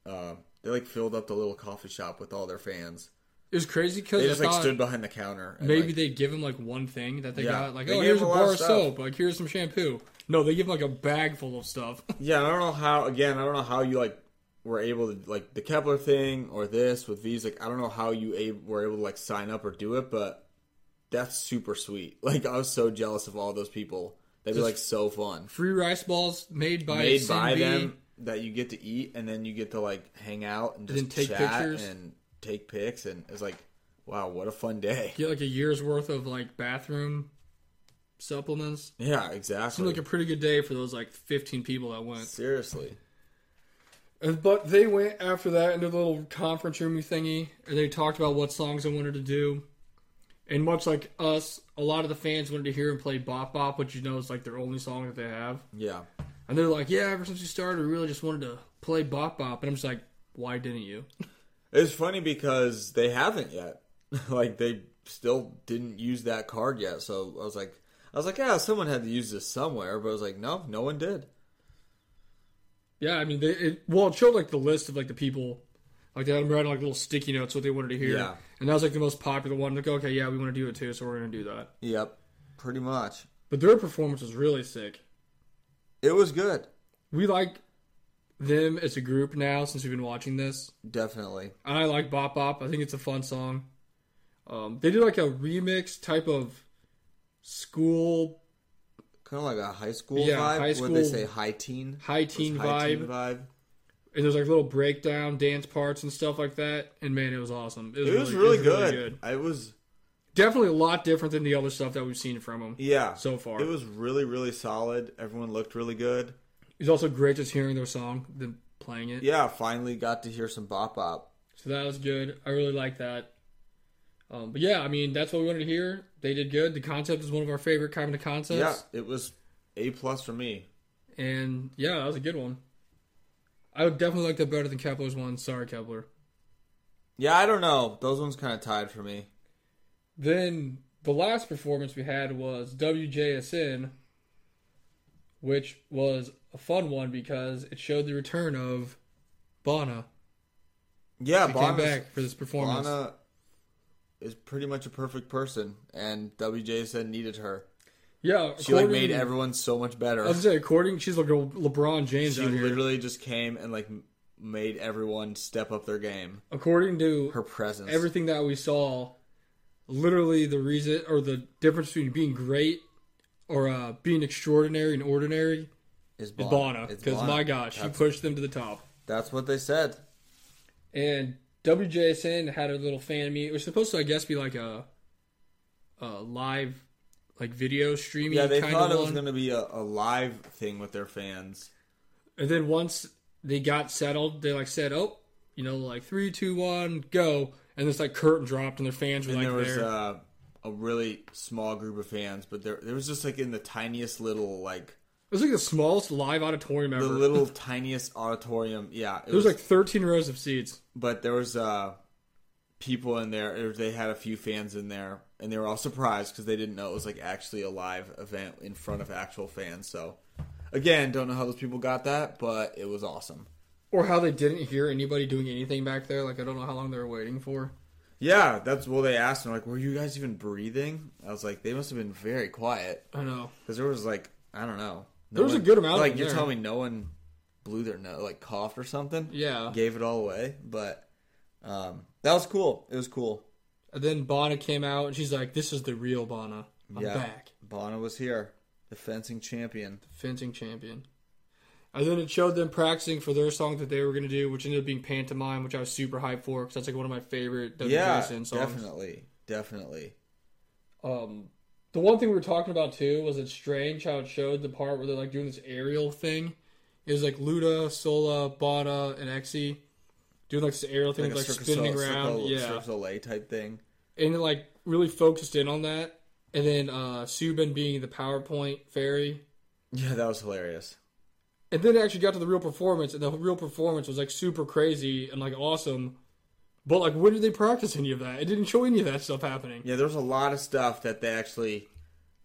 [SPEAKER 1] uh, they like filled up the little coffee shop with all their fans.
[SPEAKER 2] It was crazy because
[SPEAKER 1] They just like stood behind the counter. And,
[SPEAKER 2] Maybe
[SPEAKER 1] like,
[SPEAKER 2] they'd give him like one thing that they
[SPEAKER 1] Yeah.
[SPEAKER 2] got, like
[SPEAKER 1] They
[SPEAKER 2] oh
[SPEAKER 1] gave
[SPEAKER 2] here's a
[SPEAKER 1] him a lot
[SPEAKER 2] bar
[SPEAKER 1] of
[SPEAKER 2] of
[SPEAKER 1] stuff.
[SPEAKER 2] soap, like here's some shampoo. No, they give him like a bag full of stuff.
[SPEAKER 1] Yeah, I don't know how. Again, I don't know how you like were able to like the Kepler thing or this with these. Like, I don't know how you a- were able to like sign up or do it, but that's super sweet. Like, I was so jealous of all those people. That'd be like so fun.
[SPEAKER 2] Free rice balls made by
[SPEAKER 1] Made
[SPEAKER 2] Sin
[SPEAKER 1] by
[SPEAKER 2] B.
[SPEAKER 1] them that you get to eat, and then you get to like hang out and just
[SPEAKER 2] then take
[SPEAKER 1] chat
[SPEAKER 2] pictures.
[SPEAKER 1] and take pics, and it's like, wow, what a fun day.
[SPEAKER 2] Get like a year's worth of like bathroom supplements.
[SPEAKER 1] Yeah,
[SPEAKER 2] Seemed
[SPEAKER 1] exactly.
[SPEAKER 2] like a pretty good day for those like 15 people that went.
[SPEAKER 1] Seriously.
[SPEAKER 2] And- Uh, But they went after that into the little conference roomy thingy, and they talked about what songs they wanted to do. And much like us, a lot of the fans wanted to hear him play Bop Bop, which you know is like their only song that they have.
[SPEAKER 1] Yeah.
[SPEAKER 2] And they're like, yeah, ever since you started, we really just wanted to play Bop Bop. And I'm just like, why didn't you?
[SPEAKER 1] It's funny because they haven't yet. like they still didn't use that card yet. So I was like, I was like, yeah, someone had to use this somewhere, but I was like, no, no one did.
[SPEAKER 2] yeah, I mean, they, it, well, it showed like the list of like the people. Like they had them writing like little sticky notes what they wanted to hear.
[SPEAKER 1] Yeah.
[SPEAKER 2] And that was like the most popular one. Like, okay, yeah, we want to do it too, so we're going to do that.
[SPEAKER 1] Yep, pretty much.
[SPEAKER 2] But their performance was really sick.
[SPEAKER 1] It was good,
[SPEAKER 2] We like them as a group now since we've been watching this.
[SPEAKER 1] definitely.
[SPEAKER 2] I like Bop Bop. I think it's a fun song. Um, they did like a remix type of school
[SPEAKER 1] Kind of like a high school
[SPEAKER 2] Yeah,
[SPEAKER 1] vibe.
[SPEAKER 2] high
[SPEAKER 1] What they
[SPEAKER 2] school-
[SPEAKER 1] say, high teen,
[SPEAKER 2] high teen
[SPEAKER 1] It's high
[SPEAKER 2] vibe.
[SPEAKER 1] teen vibe.
[SPEAKER 2] and there's like little breakdown dance parts and stuff like that. And man, it was awesome.
[SPEAKER 1] It was really, good. I was,
[SPEAKER 2] Definitely a lot different than the other stuff that we've seen from him
[SPEAKER 1] yeah.
[SPEAKER 2] so far.
[SPEAKER 1] It was really, really solid. Everyone looked really good.
[SPEAKER 2] It's also great just hearing their song than playing it.
[SPEAKER 1] Yeah, finally got to hear some bop bop.
[SPEAKER 2] So that was good. I really like that. Um, but yeah, I mean that's what we wanted to hear. They did good. The concept is one of our favorite kind of
[SPEAKER 1] Yeah,
[SPEAKER 2] concepts.
[SPEAKER 1] it was a plus for me.
[SPEAKER 2] And yeah, that was a good one. I would definitely like that better than Kepler's one. Sorry, Kepler.
[SPEAKER 1] Yeah, I don't know. Those ones kind of tied for me.
[SPEAKER 2] Then the last performance we had was WJSN, which was a fun one because it showed the return of Bonna.
[SPEAKER 1] Yeah,
[SPEAKER 2] She came
[SPEAKER 1] Bona's-
[SPEAKER 2] back for this performance.
[SPEAKER 1] Lana is pretty much a perfect person, and WJSN needed her.
[SPEAKER 2] Yeah,
[SPEAKER 1] She like
[SPEAKER 2] according-
[SPEAKER 1] made everyone so much better.
[SPEAKER 2] I was gonna say, according, she's like a LeBron James
[SPEAKER 1] She
[SPEAKER 2] out here.
[SPEAKER 1] literally just came and like m- made everyone step up their game.
[SPEAKER 2] According to
[SPEAKER 1] Her presence.
[SPEAKER 2] everything that we saw, literally the reason or the difference between being great or uh, being extraordinary and ordinary
[SPEAKER 1] is
[SPEAKER 2] is
[SPEAKER 1] Bonna.
[SPEAKER 2] Bonna.
[SPEAKER 1] It's
[SPEAKER 2] Because
[SPEAKER 1] Bonna.
[SPEAKER 2] my gosh, she
[SPEAKER 1] that's,
[SPEAKER 2] pushed them to the top.
[SPEAKER 1] that's what they said.
[SPEAKER 2] And WJSN had a little fan meet. It was supposed to, I guess, be like a, a live, like video streaming.
[SPEAKER 1] Yeah, they
[SPEAKER 2] kind
[SPEAKER 1] thought it
[SPEAKER 2] of
[SPEAKER 1] was
[SPEAKER 2] one.
[SPEAKER 1] going to be a, a live thing with their fans.
[SPEAKER 2] And then once they got settled, they like said, "Oh, you know, like three, two, one, go." And it's like curtain dropped, and their fans were
[SPEAKER 1] And
[SPEAKER 2] like
[SPEAKER 1] there was
[SPEAKER 2] there.
[SPEAKER 1] uh, a really small group of fans, but there there was just like in the tiniest little like
[SPEAKER 2] it was like the smallest live auditorium ever.
[SPEAKER 1] the little tiniest auditorium. Yeah, it
[SPEAKER 2] there was like 13 rows of seats.
[SPEAKER 1] but there was uh people in there or they had a few fans in there and they were all surprised because they didn't know it was like actually a live event in front of actual fans so again don't know how those people got that but it was awesome
[SPEAKER 2] Or how they didn't hear anybody doing anything back there. Like I don't know how long they were waiting for.
[SPEAKER 1] yeah that's well they asked me like were you guys even breathing i was like they must have been very quiet
[SPEAKER 2] I know.
[SPEAKER 1] because there was like i don't know no
[SPEAKER 2] There was a
[SPEAKER 1] one-
[SPEAKER 2] good amount of
[SPEAKER 1] like
[SPEAKER 2] them
[SPEAKER 1] you're
[SPEAKER 2] there.
[SPEAKER 1] telling me no one blew their nose like coughed or something
[SPEAKER 2] Yeah.
[SPEAKER 1] gave it all away but um that was cool it was cool
[SPEAKER 2] And then Bonna came out, and she's like, "This is the real Bonna. I'm
[SPEAKER 1] Yeah.
[SPEAKER 2] back,
[SPEAKER 1] Bono was here, the fencing champion.
[SPEAKER 2] fencing champion." And then it showed them practicing for their song that they were gonna do, which ended up being pantomime, which I was super hyped for because that's like one of my favorite WJSN
[SPEAKER 1] yeah,
[SPEAKER 2] songs.
[SPEAKER 1] definitely, definitely.
[SPEAKER 2] Um, the one thing we were talking about too was it's strange how it showed the part where they're like doing this aerial thing. It was like Luda, Sola, Bada, and Exy doing like this aerial thing,
[SPEAKER 1] Like
[SPEAKER 2] like,
[SPEAKER 1] a Cirque du
[SPEAKER 2] spinning
[SPEAKER 1] Soleil- Cirque
[SPEAKER 2] around,
[SPEAKER 1] du-
[SPEAKER 2] yeah,
[SPEAKER 1] Cirque du Soleil type thing.
[SPEAKER 2] and it like really focused in on that. And then uh, Subin being the PowerPoint fairy,
[SPEAKER 1] Yeah, that was hilarious.
[SPEAKER 2] and then it actually got to the real performance, and the real performance was like super crazy and like awesome. But like, when did they practice any of that? It didn't show any of that stuff happening.
[SPEAKER 1] Yeah, there was a lot of stuff that they actually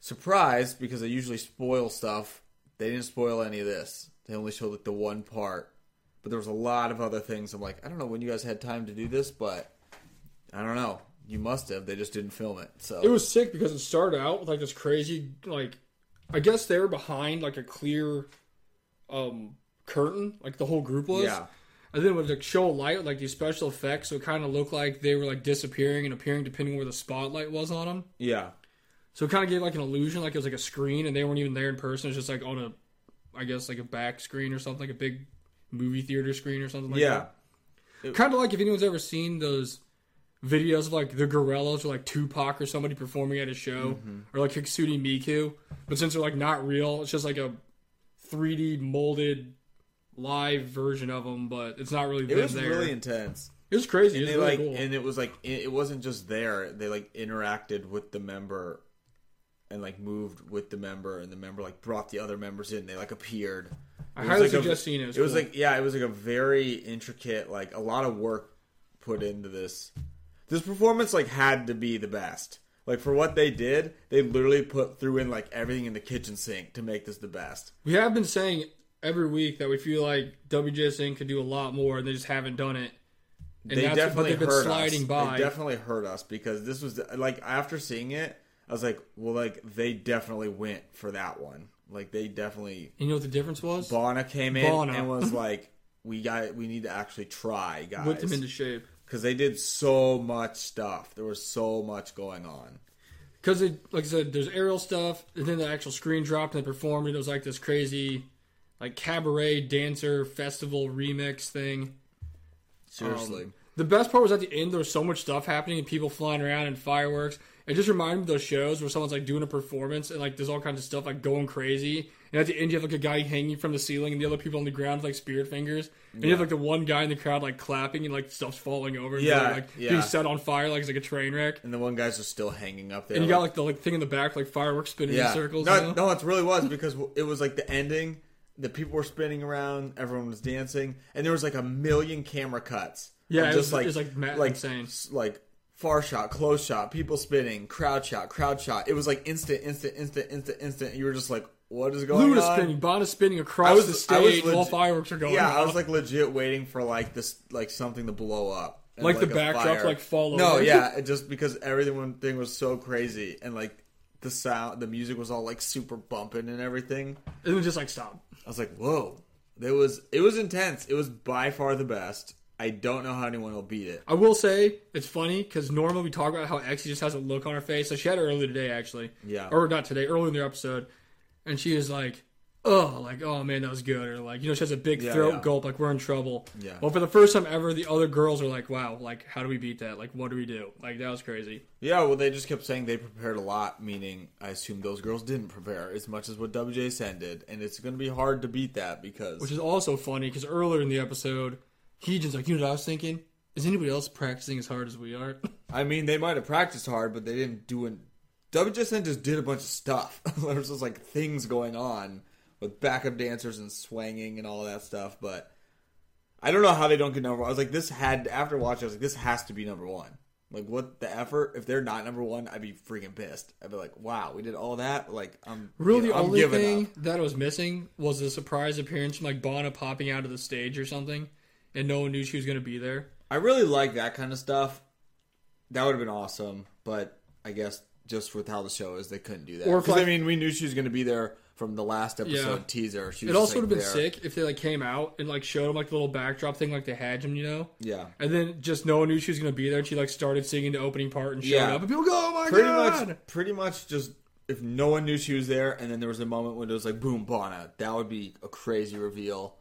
[SPEAKER 1] surprised because they usually spoil stuff. They didn't spoil any of this. They only showed like the one part, but there was a lot of other things. I'm like, I don't know when you guys had time to do this, but I don't know. You must have. They just didn't film it. So
[SPEAKER 2] it was sick because it started out with like this crazy like i guess they were behind like a clear um curtain like the whole group was
[SPEAKER 1] yeah,
[SPEAKER 2] and then with the show of light like these special effects so it kind of looked like they were like disappearing and appearing depending where the spotlight was on them
[SPEAKER 1] yeah.
[SPEAKER 2] so it kind of gave like an illusion like it was like a screen and they weren't even there in person it's just like on a i guess like a back screen or something like a big movie theater screen or something like that
[SPEAKER 1] yeah,
[SPEAKER 2] Kind of like if anyone's ever seen those videos of like the Gorillas or like Tupac or somebody performing at a show
[SPEAKER 1] Mm-hmm.
[SPEAKER 2] or like Hiksuti Miku, but since they're like not real, it's just like a 3D molded live version of them, but it's not really
[SPEAKER 1] it
[SPEAKER 2] them
[SPEAKER 1] was
[SPEAKER 2] there.
[SPEAKER 1] really intense.
[SPEAKER 2] it was crazy. It was
[SPEAKER 1] they
[SPEAKER 2] really
[SPEAKER 1] like
[SPEAKER 2] cool.
[SPEAKER 1] and it was like it it wasn't just there they like interacted with the member and like moved with the member and the member like brought the other members in they like appeared
[SPEAKER 2] I
[SPEAKER 1] was
[SPEAKER 2] highly
[SPEAKER 1] like a-
[SPEAKER 2] suggest seeing it. It was,
[SPEAKER 1] it was
[SPEAKER 2] cool.
[SPEAKER 1] like yeah it was like a very intricate like a lot of work put into this this performance like had to be the best like for what they did they literally put threw in like everything in the kitchen sink to make this the best
[SPEAKER 2] we have been saying every week that we feel like WJSN could do a lot more and they just haven't done it. And
[SPEAKER 1] they
[SPEAKER 2] that's
[SPEAKER 1] definitely
[SPEAKER 2] but they've been
[SPEAKER 1] hurt
[SPEAKER 2] sliding
[SPEAKER 1] us.
[SPEAKER 2] by.
[SPEAKER 1] They definitely hurt us because this was like after seeing it, I was like, well, like they definitely went for that one. Like they definitely
[SPEAKER 2] you know what the difference was?
[SPEAKER 1] Bonna came in
[SPEAKER 2] Bonna.
[SPEAKER 1] and was like, we got we need to actually try,
[SPEAKER 2] Whipped them
[SPEAKER 1] guys,
[SPEAKER 2] into shape.
[SPEAKER 1] because they did so much stuff. There was so much going on.
[SPEAKER 2] because it like I said, there's aerial stuff, and then the actual screen dropped and they performed. And it was like this crazy, like cabaret dancer festival remix thing.
[SPEAKER 1] Seriously,
[SPEAKER 2] The best part was at the end. There was so much stuff happening, and people flying around and fireworks. It just reminded me of those shows where someone's like doing a performance and like there's all kinds of stuff like going crazy. And at the end, you have like a guy hanging from the ceiling and the other people on the ground with like spirit fingers. And you have like the one guy in the crowd like clapping and like stuff's falling over. And
[SPEAKER 1] Yeah,
[SPEAKER 2] like
[SPEAKER 1] yeah.
[SPEAKER 2] being set on fire like it's like a train wreck.
[SPEAKER 1] and the one guy's just still hanging up there.
[SPEAKER 2] And you
[SPEAKER 1] like,
[SPEAKER 2] got like the like thing in the back like fireworks spinning in circles. you
[SPEAKER 1] No,
[SPEAKER 2] know?
[SPEAKER 1] no, it really was because it was like the ending. The people were spinning around, everyone was dancing, and there was like a million camera cuts.
[SPEAKER 2] Yeah,
[SPEAKER 1] Of
[SPEAKER 2] it was- it was, like, mad- insane.
[SPEAKER 1] s- like far shot, close shot, people spinning, crowd shot, crowd shot. It was like instant, instant, instant, instant, instant. and You were just like, what is going
[SPEAKER 2] Luda's
[SPEAKER 1] on?
[SPEAKER 2] spinning, Bond is spinning across
[SPEAKER 1] I was-
[SPEAKER 2] the
[SPEAKER 1] I was
[SPEAKER 2] stage while
[SPEAKER 1] legit-
[SPEAKER 2] fireworks are going.
[SPEAKER 1] yeah, I
[SPEAKER 2] off.
[SPEAKER 1] was like legit waiting for like this, like something to blow up. and,
[SPEAKER 2] Like, the
[SPEAKER 1] a
[SPEAKER 2] backdrop,
[SPEAKER 1] fire.
[SPEAKER 2] like, fall
[SPEAKER 1] No,
[SPEAKER 2] over.
[SPEAKER 1] yeah, it just because everything thing was so crazy and like the sound, the music was all like super bumping and everything.
[SPEAKER 2] And then just like stop.
[SPEAKER 1] I was like, whoa, that was it was intense. It was by far the best. I don't know how anyone will beat it.
[SPEAKER 2] I will say it's funny because normally we talk about how Exy just has a look on her face. So she had it earlier today, actually.
[SPEAKER 1] Yeah.
[SPEAKER 2] Or not today, earlier in the episode, and she is like, "Oh, like oh man, that was good," or like you know she has a big
[SPEAKER 1] Yeah,
[SPEAKER 2] throat
[SPEAKER 1] yeah.
[SPEAKER 2] gulp, like we're in trouble.
[SPEAKER 1] Yeah.
[SPEAKER 2] Well, for the first time ever, the other girls are like, "Wow, like how do we beat that? Like what do we do? Like that was crazy."
[SPEAKER 1] Yeah, well, they just kept saying they prepared a lot, meaning I assume those girls didn't prepare as much as what WJSN did, and it's going to be hard to beat that because
[SPEAKER 2] Which is also funny because earlier in the episode, Heejin's like, "You know what I was thinking? Is anybody else practicing as hard as we are?"
[SPEAKER 1] I mean they might have practiced hard, but they didn't do it. WJSN just did a bunch of stuff. there was just like things going on with backup dancers and swanging and all that stuff, but I don't know how they don't get number one. I was like, this had after watching, I was like, this has to be number one. Like, what the effort? If they're not number one, I'd be freaking pissed. I'd be like, wow, we did all that. Like, I'm you
[SPEAKER 2] Really,
[SPEAKER 1] know,
[SPEAKER 2] the
[SPEAKER 1] I'm
[SPEAKER 2] only
[SPEAKER 1] giving up.
[SPEAKER 2] thing that was missing was the surprise appearance from like Bonna popping out of the stage or something, and no one knew she was going to be there.
[SPEAKER 1] I really like that kind of stuff. That would have been awesome, but I guess just with how the show is, they couldn't do that.
[SPEAKER 2] Or
[SPEAKER 1] Or
[SPEAKER 2] if,
[SPEAKER 1] I
[SPEAKER 2] like-
[SPEAKER 1] mean, we knew she was going to be there from the last episode
[SPEAKER 2] Yeah.
[SPEAKER 1] teaser. She was
[SPEAKER 2] It
[SPEAKER 1] just,
[SPEAKER 2] also
[SPEAKER 1] like,
[SPEAKER 2] would have been
[SPEAKER 1] there.
[SPEAKER 2] sick if they like came out and like showed him like the little backdrop thing, like they had him, you know,
[SPEAKER 1] Yeah,
[SPEAKER 2] and then just no one knew she was going to be there. And she like started singing the opening part and showed
[SPEAKER 1] Yeah.
[SPEAKER 2] up, and people go, "Oh my
[SPEAKER 1] pretty
[SPEAKER 2] god!"
[SPEAKER 1] much. Pretty much just if no one knew she was there, and then there was a moment when it was like boom, Bonna. That would be a crazy reveal.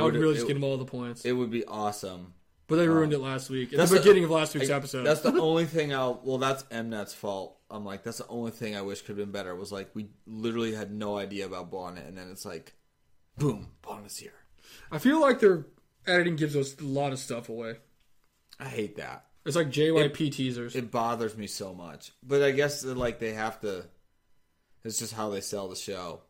[SPEAKER 1] It
[SPEAKER 2] would
[SPEAKER 1] would've-
[SPEAKER 2] really just
[SPEAKER 1] it,
[SPEAKER 2] get him all the points.
[SPEAKER 1] It would be awesome.
[SPEAKER 2] but they ruined it last week. At
[SPEAKER 1] that's
[SPEAKER 2] the
[SPEAKER 1] the-
[SPEAKER 2] beginning of last week's
[SPEAKER 1] I-
[SPEAKER 2] episode.
[SPEAKER 1] That's the only thing I'll. Well, that's Mnet's fault. I'm like, that's the only thing I wish could have been better. Was like, we literally had no idea about Bonnet, and then it's like, boom, Bonnet's here.
[SPEAKER 2] I feel like their editing gives us a lot of stuff away.
[SPEAKER 1] I hate that.
[SPEAKER 2] It's like JYP teasers.
[SPEAKER 1] It bothers me so much. But I guess that, like they have to. It's just how they sell the show.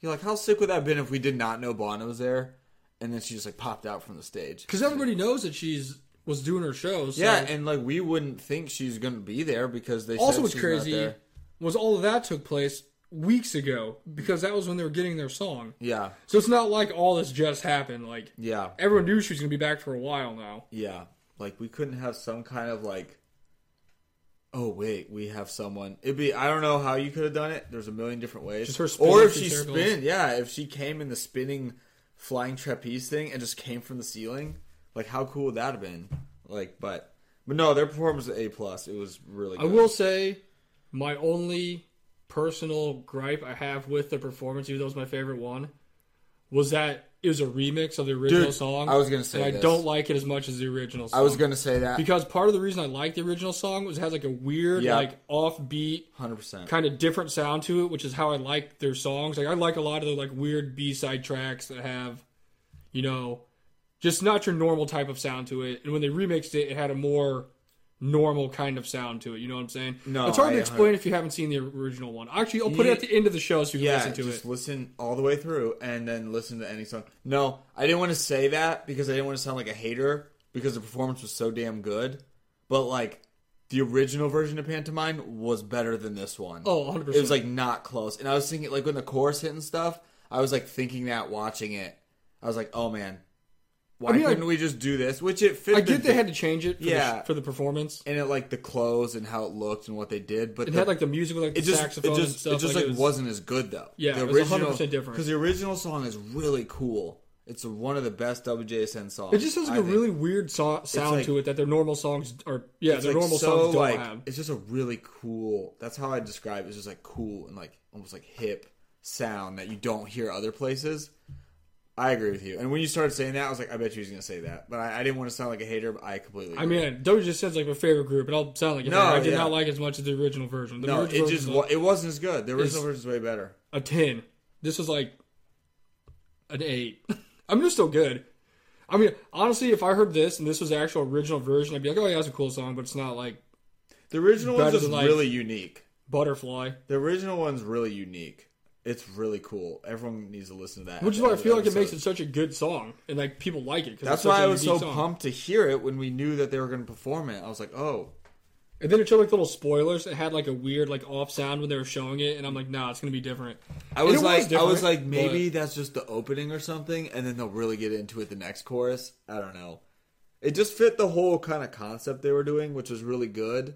[SPEAKER 1] You're like, how sick would that have been if we did not know Bonnet was there, and then she just like popped out from the stage?
[SPEAKER 2] Because everybody knows that she's was doing her show. So.
[SPEAKER 1] Yeah, and like we wouldn't think she's gonna be there because they
[SPEAKER 2] also,
[SPEAKER 1] said
[SPEAKER 2] what's
[SPEAKER 1] she's not
[SPEAKER 2] crazy
[SPEAKER 1] there.
[SPEAKER 2] was all of that took place weeks ago because that was when they were getting their song.
[SPEAKER 1] Yeah,
[SPEAKER 2] So it's not like all this just happened. Like
[SPEAKER 1] yeah.
[SPEAKER 2] everyone knew she was gonna be back for a while now.
[SPEAKER 1] Yeah. Like we couldn't have some kind of like Oh wait, we have someone. It'd be I don't know how you could have done it. There's a million different ways.
[SPEAKER 2] Just her spinning
[SPEAKER 1] or if
[SPEAKER 2] through
[SPEAKER 1] she
[SPEAKER 2] circles.
[SPEAKER 1] spin, yeah, if she came in the spinning flying trapeze thing and just came from the ceiling, like how cool would that have been? Like but but no, their performance was A plus. It was really
[SPEAKER 2] I
[SPEAKER 1] good.
[SPEAKER 2] will say, my only personal gripe I have with the performance, even though it was my favorite one, was that it was a remix of the original
[SPEAKER 1] Dude,
[SPEAKER 2] song.
[SPEAKER 1] I was gonna say
[SPEAKER 2] and I
[SPEAKER 1] this.
[SPEAKER 2] don't like it as much as the original. song.
[SPEAKER 1] I was gonna say that
[SPEAKER 2] because part of the reason I liked the original song was it has like a weird,
[SPEAKER 1] Yeah.
[SPEAKER 2] like offbeat
[SPEAKER 1] hundred percent.
[SPEAKER 2] kind of different sound to it, which is how I like their songs. Like I like a lot of the like weird B side tracks that have, you know, just not your normal type of sound to it. And when they remixed it, it had a more normal kind of sound to it. You know what I'm saying?
[SPEAKER 1] No,
[SPEAKER 2] it's hard
[SPEAKER 1] I-
[SPEAKER 2] to explain if you haven't seen the original one. Actually, I'll put it at the end of the show so you can
[SPEAKER 1] Yeah,
[SPEAKER 2] listen to
[SPEAKER 1] just
[SPEAKER 2] it.
[SPEAKER 1] listen all the way through and then listen to any song. No, I didn't want to say that because I didn't want to sound like a hater because the performance was so damn good. But like the original version of Pantomime was better than this one.
[SPEAKER 2] Oh, 100%.
[SPEAKER 1] It was like not close. And I was thinking like when the chorus hit and stuff, I was like thinking that watching it. I was like, "Oh man, why
[SPEAKER 2] mean, I-
[SPEAKER 1] couldn't we just do this?" Which it fit
[SPEAKER 2] I
[SPEAKER 1] the
[SPEAKER 2] get they had to change it for, the,
[SPEAKER 1] Yeah.
[SPEAKER 2] sh- for the performance.
[SPEAKER 1] and it like the clothes and how it looked and what they did, but
[SPEAKER 2] It
[SPEAKER 1] the-
[SPEAKER 2] had like the music with like the
[SPEAKER 1] it just
[SPEAKER 2] saxophone
[SPEAKER 1] it
[SPEAKER 2] and
[SPEAKER 1] just
[SPEAKER 2] stuff.
[SPEAKER 1] it just like,
[SPEAKER 2] it was,
[SPEAKER 1] was, not as good though.
[SPEAKER 2] Yeah, it was 100% different.
[SPEAKER 1] because the original song is really cool. It's one of the best WJSN songs.
[SPEAKER 2] it just has like
[SPEAKER 1] a
[SPEAKER 2] a really weird so- sound
[SPEAKER 1] like-
[SPEAKER 2] to it that their normal songs are. Yeah,
[SPEAKER 1] it's
[SPEAKER 2] their
[SPEAKER 1] like
[SPEAKER 2] normal
[SPEAKER 1] so
[SPEAKER 2] songs don't
[SPEAKER 1] like
[SPEAKER 2] have.
[SPEAKER 1] it's just a really cool. That's how I describe. it. It's just like cool and like almost like hip sound that you don't hear other places. I agree with you. And when you started saying that, I was like, I bet you he's gonna say that. But I, I didn't want to sound like a hater. But I completely.
[SPEAKER 2] I
[SPEAKER 1] agree.
[SPEAKER 2] mean, Doja just says like my favorite group, and I'll sound like a
[SPEAKER 1] No,
[SPEAKER 2] hater. I did
[SPEAKER 1] yeah.
[SPEAKER 2] not like it as much as the original version. The
[SPEAKER 1] no,
[SPEAKER 2] original
[SPEAKER 1] it
[SPEAKER 2] version
[SPEAKER 1] just
[SPEAKER 2] was
[SPEAKER 1] wa- it wasn't as good. The original
[SPEAKER 2] It's-
[SPEAKER 1] version is way better.
[SPEAKER 2] a ten. This was like an eight. I mean, it's still good. I mean, honestly, if I heard this and this was the actual original version, I'd be like, oh yeah, it's a cool song, but it's not like
[SPEAKER 1] The original
[SPEAKER 2] Better
[SPEAKER 1] one's just
[SPEAKER 2] than, like-
[SPEAKER 1] really unique.
[SPEAKER 2] Butterfly,
[SPEAKER 1] The original one's really unique. It's really cool. Everyone needs to listen to that.
[SPEAKER 2] which is why I feel like it makes
[SPEAKER 1] Episode.
[SPEAKER 2] it such a good song, and like people like it. 'cause it's
[SPEAKER 1] That's
[SPEAKER 2] such
[SPEAKER 1] why
[SPEAKER 2] a
[SPEAKER 1] I was so
[SPEAKER 2] unique song.
[SPEAKER 1] pumped to hear it when we knew that they were going to perform it. I was like, oh,
[SPEAKER 2] And then it showed like little spoilers. It had like a weird like off sound when they were showing it, and I'm like, nah, it's gonna be different.
[SPEAKER 1] I
[SPEAKER 2] And
[SPEAKER 1] was
[SPEAKER 2] it was
[SPEAKER 1] like, I was
[SPEAKER 2] different,
[SPEAKER 1] like, maybe that's just the opening or something, and then they'll really get into it the next chorus. I don't know. It just fit the whole kind of concept they were doing, which was really good.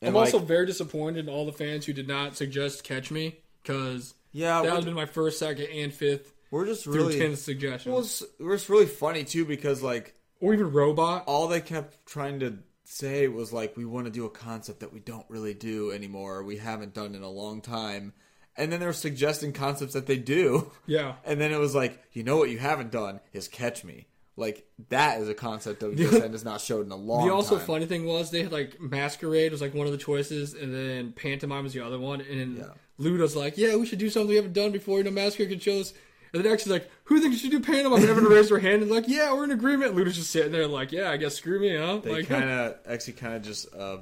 [SPEAKER 1] And
[SPEAKER 2] I'm
[SPEAKER 1] like,
[SPEAKER 2] also very disappointed in all the fans who did not suggest Catch Me because
[SPEAKER 1] yeah,
[SPEAKER 2] that would
[SPEAKER 1] we're,
[SPEAKER 2] have been my first, second, and fifth
[SPEAKER 1] we're just
[SPEAKER 2] through
[SPEAKER 1] really
[SPEAKER 2] ten
[SPEAKER 1] Well,
[SPEAKER 2] suggestions,
[SPEAKER 1] it's, it was really funny too because like
[SPEAKER 2] or even Robot.
[SPEAKER 1] all they kept trying to say was like we want to do a concept that we don't really do anymore, or we haven't done in a long time, and then they were suggesting concepts that they do,
[SPEAKER 2] Yeah,
[SPEAKER 1] and then it was like you know what you haven't done is catch me. Like that is a concept that WSN has not showed in a long
[SPEAKER 2] The also
[SPEAKER 1] time.
[SPEAKER 2] funny thing was they had like masquerade was like one of the choices, and then pantomime was the other one. And
[SPEAKER 1] Yeah.
[SPEAKER 2] Ludo's like, "Yeah, we should do something we haven't done before. You know, masquerade can show us." And the next is like, "Who thinks you should do pantomime?" And everyone raised their hand and like, "Yeah, we're in agreement." Ludo's just sitting there like, "Yeah, I guess screw me, huh?"
[SPEAKER 1] They
[SPEAKER 2] like,
[SPEAKER 1] kind of actually kind of just uh,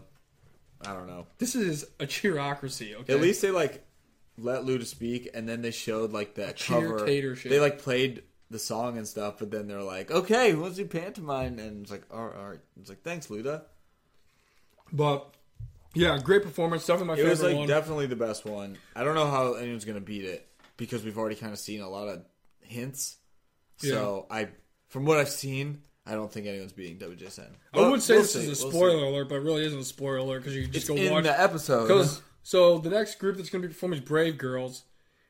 [SPEAKER 1] I don't know.
[SPEAKER 2] this is a cheerocracy. Okay,
[SPEAKER 1] At least they like let Luda speak, and then they showed like that
[SPEAKER 2] cheer
[SPEAKER 1] cover.
[SPEAKER 2] tatership.
[SPEAKER 1] They like played the song and stuff, but then they're like, "Okay, who wants to do pantomime?" And it's like, "All right." all right." It's like, "Thanks, Luda."
[SPEAKER 2] but yeah, great performance. Definitely my
[SPEAKER 1] It
[SPEAKER 2] favorite
[SPEAKER 1] was like
[SPEAKER 2] one.
[SPEAKER 1] definitely the best one. I don't know how anyone's gonna beat it because we've already kind of seen a lot of hints. So I, from what I've seen, I don't think anyone's beating WJSN.
[SPEAKER 2] I
[SPEAKER 1] But
[SPEAKER 2] would say
[SPEAKER 1] we'll
[SPEAKER 2] this
[SPEAKER 1] see,
[SPEAKER 2] is a
[SPEAKER 1] we'll see.
[SPEAKER 2] spoiler alert, but it really isn't a spoiler alert because you can just
[SPEAKER 1] It's
[SPEAKER 2] go
[SPEAKER 1] in
[SPEAKER 2] watch
[SPEAKER 1] the episode.
[SPEAKER 2] Because so the next group that's going to be performing is Brave Girls,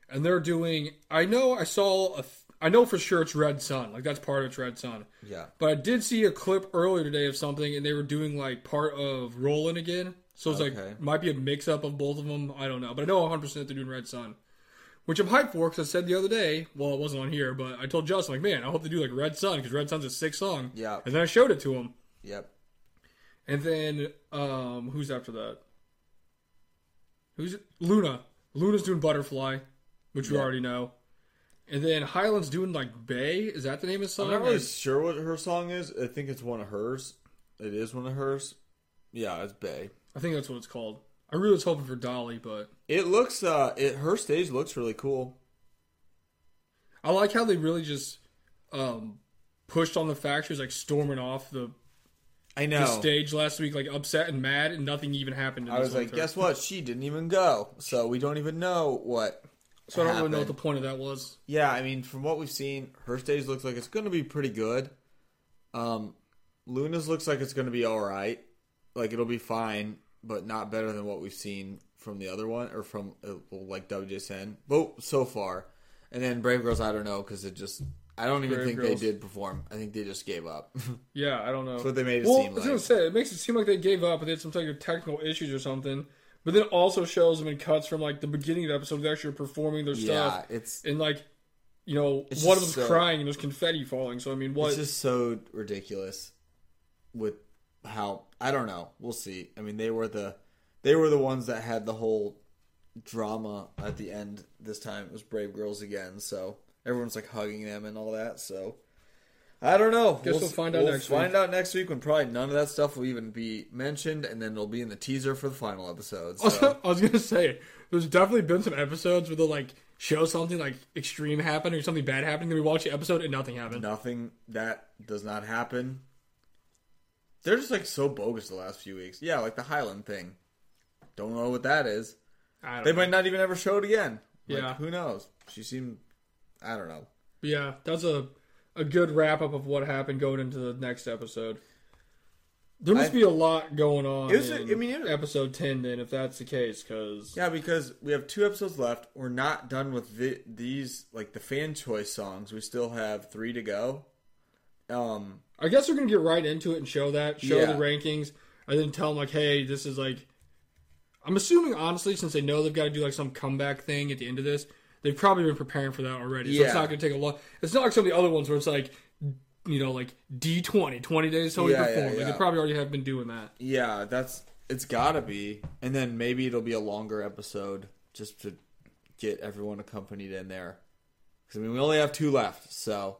[SPEAKER 2] and they're doing. I know I saw a. I know for sure it's Red Sun. Like that's part of it's Red Sun.
[SPEAKER 1] yeah,
[SPEAKER 2] But I did see a clip earlier today of something, and they were doing like part of Rolling again. So it's
[SPEAKER 1] Okay.
[SPEAKER 2] like might be a mix up of both of them. I don't know, but I know 100 percent they're doing Red Sun, which I'm hyped for because I said the other day. Well, it wasn't on here, but I told Justin like, man, I hope they do like Red Sun because Red Sun's a sick song.
[SPEAKER 1] Yeah.
[SPEAKER 2] And then I showed it to him,
[SPEAKER 1] yep.
[SPEAKER 2] and then um, who's after that? Who's it? Luna? Luna's doing Butterfly, which we
[SPEAKER 1] Yeah.
[SPEAKER 2] already know. And then Highland's doing like Bay. Is that the name of the song?
[SPEAKER 1] I'm not really sure what her song is. I think it's one of hers. It is one of hers. Yeah, it's Bay.
[SPEAKER 2] I think that's what it's called. I really was hoping for Dolly, but
[SPEAKER 1] It looks uh it her stage looks really cool.
[SPEAKER 2] I like how they really just um, pushed on the fact she was like storming off the,
[SPEAKER 1] I
[SPEAKER 2] the
[SPEAKER 1] know.
[SPEAKER 2] stage last week, like upset and mad, and nothing even happened. in
[SPEAKER 1] I
[SPEAKER 2] this
[SPEAKER 1] was
[SPEAKER 2] one
[SPEAKER 1] like,
[SPEAKER 2] third.
[SPEAKER 1] guess what? She didn't even go. So we don't even know what
[SPEAKER 2] so I don't really know what the
[SPEAKER 1] happened.
[SPEAKER 2] point of that was.
[SPEAKER 1] Yeah, I mean from what we've seen, her stage looks like it's gonna be pretty good. Um Luna's looks like it's gonna be alright. Like it'll be fine, but not better than what we've seen from the other one or from uh, well, like WJSN. But so far, and then Brave Girls, I don't know because it just I don't even
[SPEAKER 2] Brave
[SPEAKER 1] think
[SPEAKER 2] Girls.
[SPEAKER 1] they did perform. I think they just gave up.
[SPEAKER 2] Yeah, I don't know.
[SPEAKER 1] That's what they made it
[SPEAKER 2] well, I
[SPEAKER 1] seem
[SPEAKER 2] was
[SPEAKER 1] like.
[SPEAKER 2] gonna say it makes it seem like they gave up and they had some type of technical issues or something. But then it also shows them in cuts from like the beginning of the episode they actually were performing their
[SPEAKER 1] yeah,
[SPEAKER 2] stuff
[SPEAKER 1] it's
[SPEAKER 2] and like you know
[SPEAKER 1] It's
[SPEAKER 2] one of them's
[SPEAKER 1] just so-
[SPEAKER 2] crying and there's confetti falling. So I mean, what?
[SPEAKER 1] it's just so ridiculous with how I don't know. We'll see. I mean, they were the they were the ones that had the whole drama at the end. This time it was Brave Girls again, so everyone's like hugging them and all that. So I don't know.
[SPEAKER 2] Guess we'll
[SPEAKER 1] s-
[SPEAKER 2] find out next
[SPEAKER 1] find
[SPEAKER 2] week.
[SPEAKER 1] out next week when probably none of that stuff will even be mentioned, and then it'll be in the teaser for the final episode. So.
[SPEAKER 2] I was gonna say there's definitely been some episodes where they'll like show something like extreme happen or something bad happened, and we watch the episode and nothing happened.
[SPEAKER 1] nothing that does not happen. They're just like so bogus the last few weeks. Yeah, like the Highland thing. Don't know what that is.
[SPEAKER 2] I don't
[SPEAKER 1] They
[SPEAKER 2] know.
[SPEAKER 1] might not even ever show it again. Like,
[SPEAKER 2] Yeah.
[SPEAKER 1] Who knows? She seemed. I don't know.
[SPEAKER 2] Yeah, that's a a good wrap up of what happened going into the next episode. There must
[SPEAKER 1] I-
[SPEAKER 2] be a lot going on.
[SPEAKER 1] It was a-
[SPEAKER 2] in
[SPEAKER 1] I mean, it-
[SPEAKER 2] episode ten, then, if that's the case, because
[SPEAKER 1] Yeah, because we have two episodes left. We're not done with the, these like the fan choice songs. We still have three to go. Um.
[SPEAKER 2] I guess they're gonna get right into it and show that, show the
[SPEAKER 1] Yeah.
[SPEAKER 2] rankings, and then tell them like, hey, this is like. I'm assuming honestly, since they know they've got to do like some comeback thing at the end of this, they've probably been preparing for that already. So
[SPEAKER 1] Yeah.
[SPEAKER 2] it's not gonna take a long. It's not like some of the other ones where it's like, you know, like D20, 20 days till we
[SPEAKER 1] Yeah, yeah,
[SPEAKER 2] perform. Like
[SPEAKER 1] yeah.
[SPEAKER 2] they probably already have been doing that.
[SPEAKER 1] Yeah, that's it's gotta be. And then maybe it'll be a longer episode just to get everyone accompanied in there. 'Cause, I mean, we only have two left, so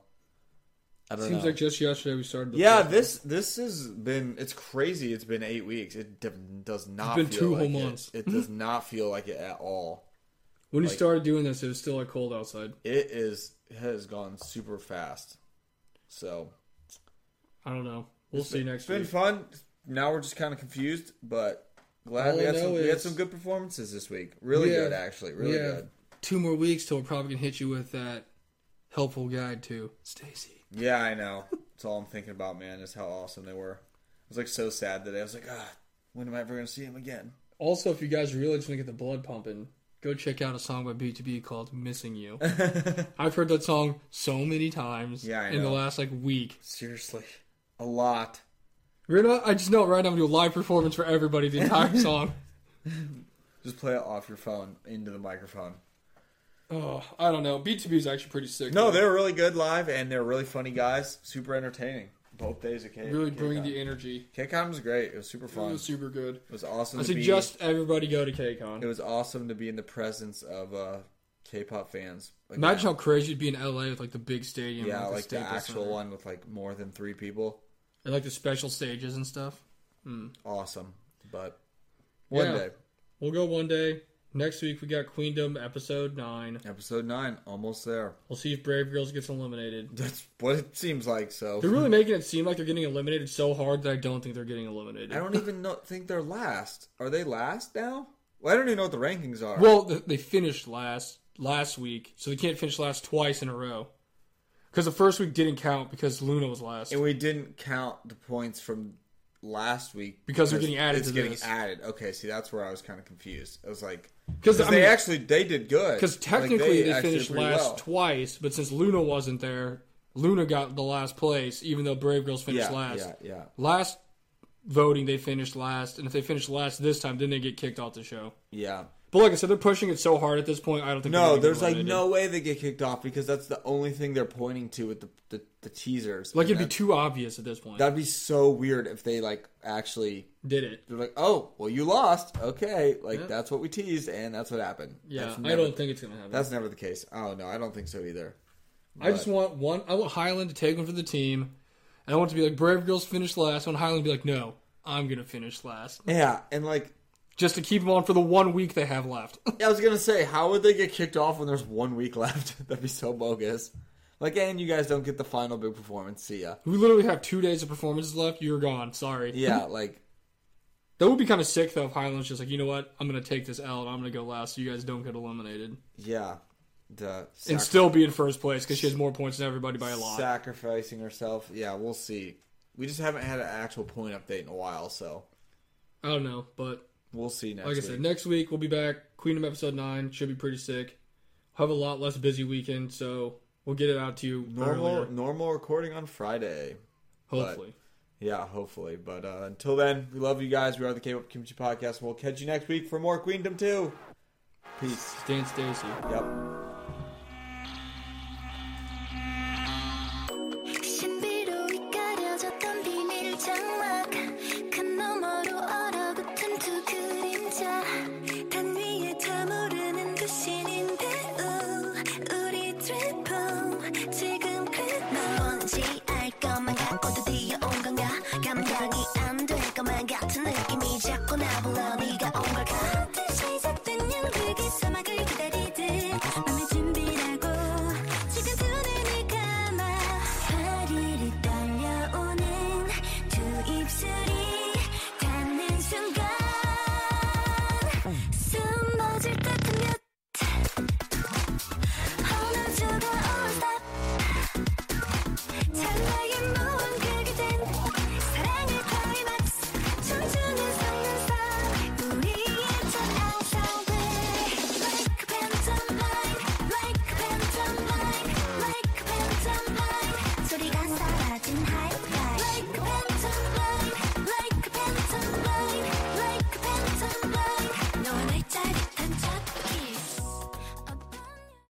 [SPEAKER 1] I don't
[SPEAKER 2] Seems
[SPEAKER 1] know.
[SPEAKER 2] like just yesterday we started. The
[SPEAKER 1] yeah,
[SPEAKER 2] first one.
[SPEAKER 1] this this has been it's crazy. It's been eight weeks. It d- does not
[SPEAKER 2] been
[SPEAKER 1] feel
[SPEAKER 2] two
[SPEAKER 1] like
[SPEAKER 2] whole
[SPEAKER 1] it.
[SPEAKER 2] months.
[SPEAKER 1] It does not feel like it at all.
[SPEAKER 2] When you
[SPEAKER 1] like-
[SPEAKER 2] started doing this, it was still like cold outside.
[SPEAKER 1] It is it has gone super fast. So
[SPEAKER 2] I don't know. We'll see next
[SPEAKER 1] it's been
[SPEAKER 2] week.
[SPEAKER 1] fun. Now we're just kind of confused, but glad
[SPEAKER 2] All
[SPEAKER 1] we
[SPEAKER 2] I
[SPEAKER 1] had, some,
[SPEAKER 2] know
[SPEAKER 1] we had
[SPEAKER 2] is-
[SPEAKER 1] some good performances this week. Really
[SPEAKER 2] Yeah.
[SPEAKER 1] good, actually. Really
[SPEAKER 2] Yeah.
[SPEAKER 1] good.
[SPEAKER 2] Two more weeks till we're probably gonna hit you with that helpful guide to Stacy.
[SPEAKER 1] Yeah, I know. That's all I'm thinking about, man, is how awesome they were. I was like so sad that I was like, ah, when am I ever gonna see him again?
[SPEAKER 2] Also, if you guys really just want to get the blood pumping, go check out a song by B2B called Missing You. I've heard that song so many times
[SPEAKER 1] Yeah, I
[SPEAKER 2] in the
[SPEAKER 1] know.
[SPEAKER 2] last like week.
[SPEAKER 1] Seriously. A lot.
[SPEAKER 2] We're not, I just know right now I'm going to do a live performance for everybody, the entire song.
[SPEAKER 1] Just play it off your phone into the microphone.
[SPEAKER 2] Oh, I don't know. B2B is actually pretty sick.
[SPEAKER 1] No,
[SPEAKER 2] though.
[SPEAKER 1] they're really good live and they're really funny guys. Super entertaining. Both days of K.
[SPEAKER 2] really
[SPEAKER 1] K-
[SPEAKER 2] bringing
[SPEAKER 1] Con.
[SPEAKER 2] the energy.
[SPEAKER 1] KCON was great. It was super
[SPEAKER 2] It
[SPEAKER 1] fun.
[SPEAKER 2] was super good.
[SPEAKER 1] It was awesome.
[SPEAKER 2] I
[SPEAKER 1] to
[SPEAKER 2] suggest everybody go to KCON.
[SPEAKER 1] be, it was awesome to be in the presence of uh, K-pop fans. Like,
[SPEAKER 2] Imagine how crazy it'd be in LA with like the big stadium,
[SPEAKER 1] yeah, like the
[SPEAKER 2] Staples
[SPEAKER 1] actual
[SPEAKER 2] Center.
[SPEAKER 1] one with like more than three people.
[SPEAKER 2] and like the special stages and stuff. Mm.
[SPEAKER 1] Awesome, but one
[SPEAKER 2] Yeah.
[SPEAKER 1] day,
[SPEAKER 2] We'll go one day. Next week we got Queendom episode nine.
[SPEAKER 1] episode nine, almost there.
[SPEAKER 2] We'll see if Brave Girls gets eliminated.
[SPEAKER 1] That's what it seems like. So
[SPEAKER 2] They're really making it seem like they're getting eliminated so hard that I don't think they're getting eliminated.
[SPEAKER 1] I don't even know, think they're last. Are they last now? Well, I don't even know what the rankings are.
[SPEAKER 2] Well, th- they finished last last week, so they can't finish last twice in a row. Because the first week didn't count because Luna was last.
[SPEAKER 1] and we didn't count the points from last week
[SPEAKER 2] Because they're getting added
[SPEAKER 1] It's
[SPEAKER 2] to
[SPEAKER 1] getting
[SPEAKER 2] this.
[SPEAKER 1] added. Okay, see, that's where I was kind of confused. I was like,
[SPEAKER 2] Because
[SPEAKER 1] because they actually they did good.
[SPEAKER 2] Because
[SPEAKER 1] Like,
[SPEAKER 2] technically they,
[SPEAKER 1] actually
[SPEAKER 2] finished
[SPEAKER 1] did pretty
[SPEAKER 2] last
[SPEAKER 1] well.
[SPEAKER 2] twice, but since Luna wasn't there, Luna got the last place, even though Brave Girls finished
[SPEAKER 1] yeah,
[SPEAKER 2] last.
[SPEAKER 1] yeah, yeah.
[SPEAKER 2] Last voting, they finished last, and if they finished last this time, then they get kicked off the show.
[SPEAKER 1] Yeah.
[SPEAKER 2] But like I said, they're pushing it so hard at this point. I don't think
[SPEAKER 1] No,
[SPEAKER 2] they're gonna get
[SPEAKER 1] there's like
[SPEAKER 2] eliminated.
[SPEAKER 1] no way they get kicked off because that's the only thing they're pointing to with the the, the teasers.
[SPEAKER 2] like
[SPEAKER 1] And
[SPEAKER 2] it'd be
[SPEAKER 1] that-
[SPEAKER 2] too obvious at this point.
[SPEAKER 1] that'd be so weird if they like actually
[SPEAKER 2] Did it?
[SPEAKER 1] they're like, oh, well, you lost. Okay, like
[SPEAKER 2] Yeah. that's
[SPEAKER 1] that's what we teased and that's what happened.
[SPEAKER 2] Yeah,
[SPEAKER 1] that's
[SPEAKER 2] I don't think it's gonna happen.
[SPEAKER 1] That's never the case. Oh no, I don't think so either.
[SPEAKER 2] I just want one. I want Highland to take one for the team, and I want it to be like Brave Girls finish last. I want Highland to be like, no, I'm gonna finish last,
[SPEAKER 1] Yeah, and like
[SPEAKER 2] just to keep them on for the one week they have left.
[SPEAKER 1] I was gonna say, how would they get kicked off when there's one week left? That'd be so bogus. Like, and you guys don't get the final big performance. See ya.
[SPEAKER 2] We literally have two days of performances left. You're gone. Sorry.
[SPEAKER 1] Yeah, like
[SPEAKER 2] That would be kind of sick though. If Highland's just like, you know what? I'm gonna take this L and I'm gonna go last, so you guys don't get eliminated,
[SPEAKER 1] yeah, the
[SPEAKER 2] and still be in first place because she has more points than everybody by a lot.
[SPEAKER 1] sacrificing herself. Yeah, we'll see. We just haven't had an actual point update in a while, so
[SPEAKER 2] I don't know, but
[SPEAKER 1] we'll see next
[SPEAKER 2] like I
[SPEAKER 1] week.
[SPEAKER 2] said, next week we'll be back. Queendom episode nine should be pretty sick. Have a lot less busy weekend, so we'll get it out to you
[SPEAKER 1] normal
[SPEAKER 2] earlier,
[SPEAKER 1] normal recording on Friday.
[SPEAKER 2] hopefully.
[SPEAKER 1] Yeah, hopefully. But uh, until then, we love you guys. We are the K-pop Kimchi Podcast, and we'll catch you next week for more Queendom 2. Peace.
[SPEAKER 2] Stan Stacy.
[SPEAKER 1] Yep.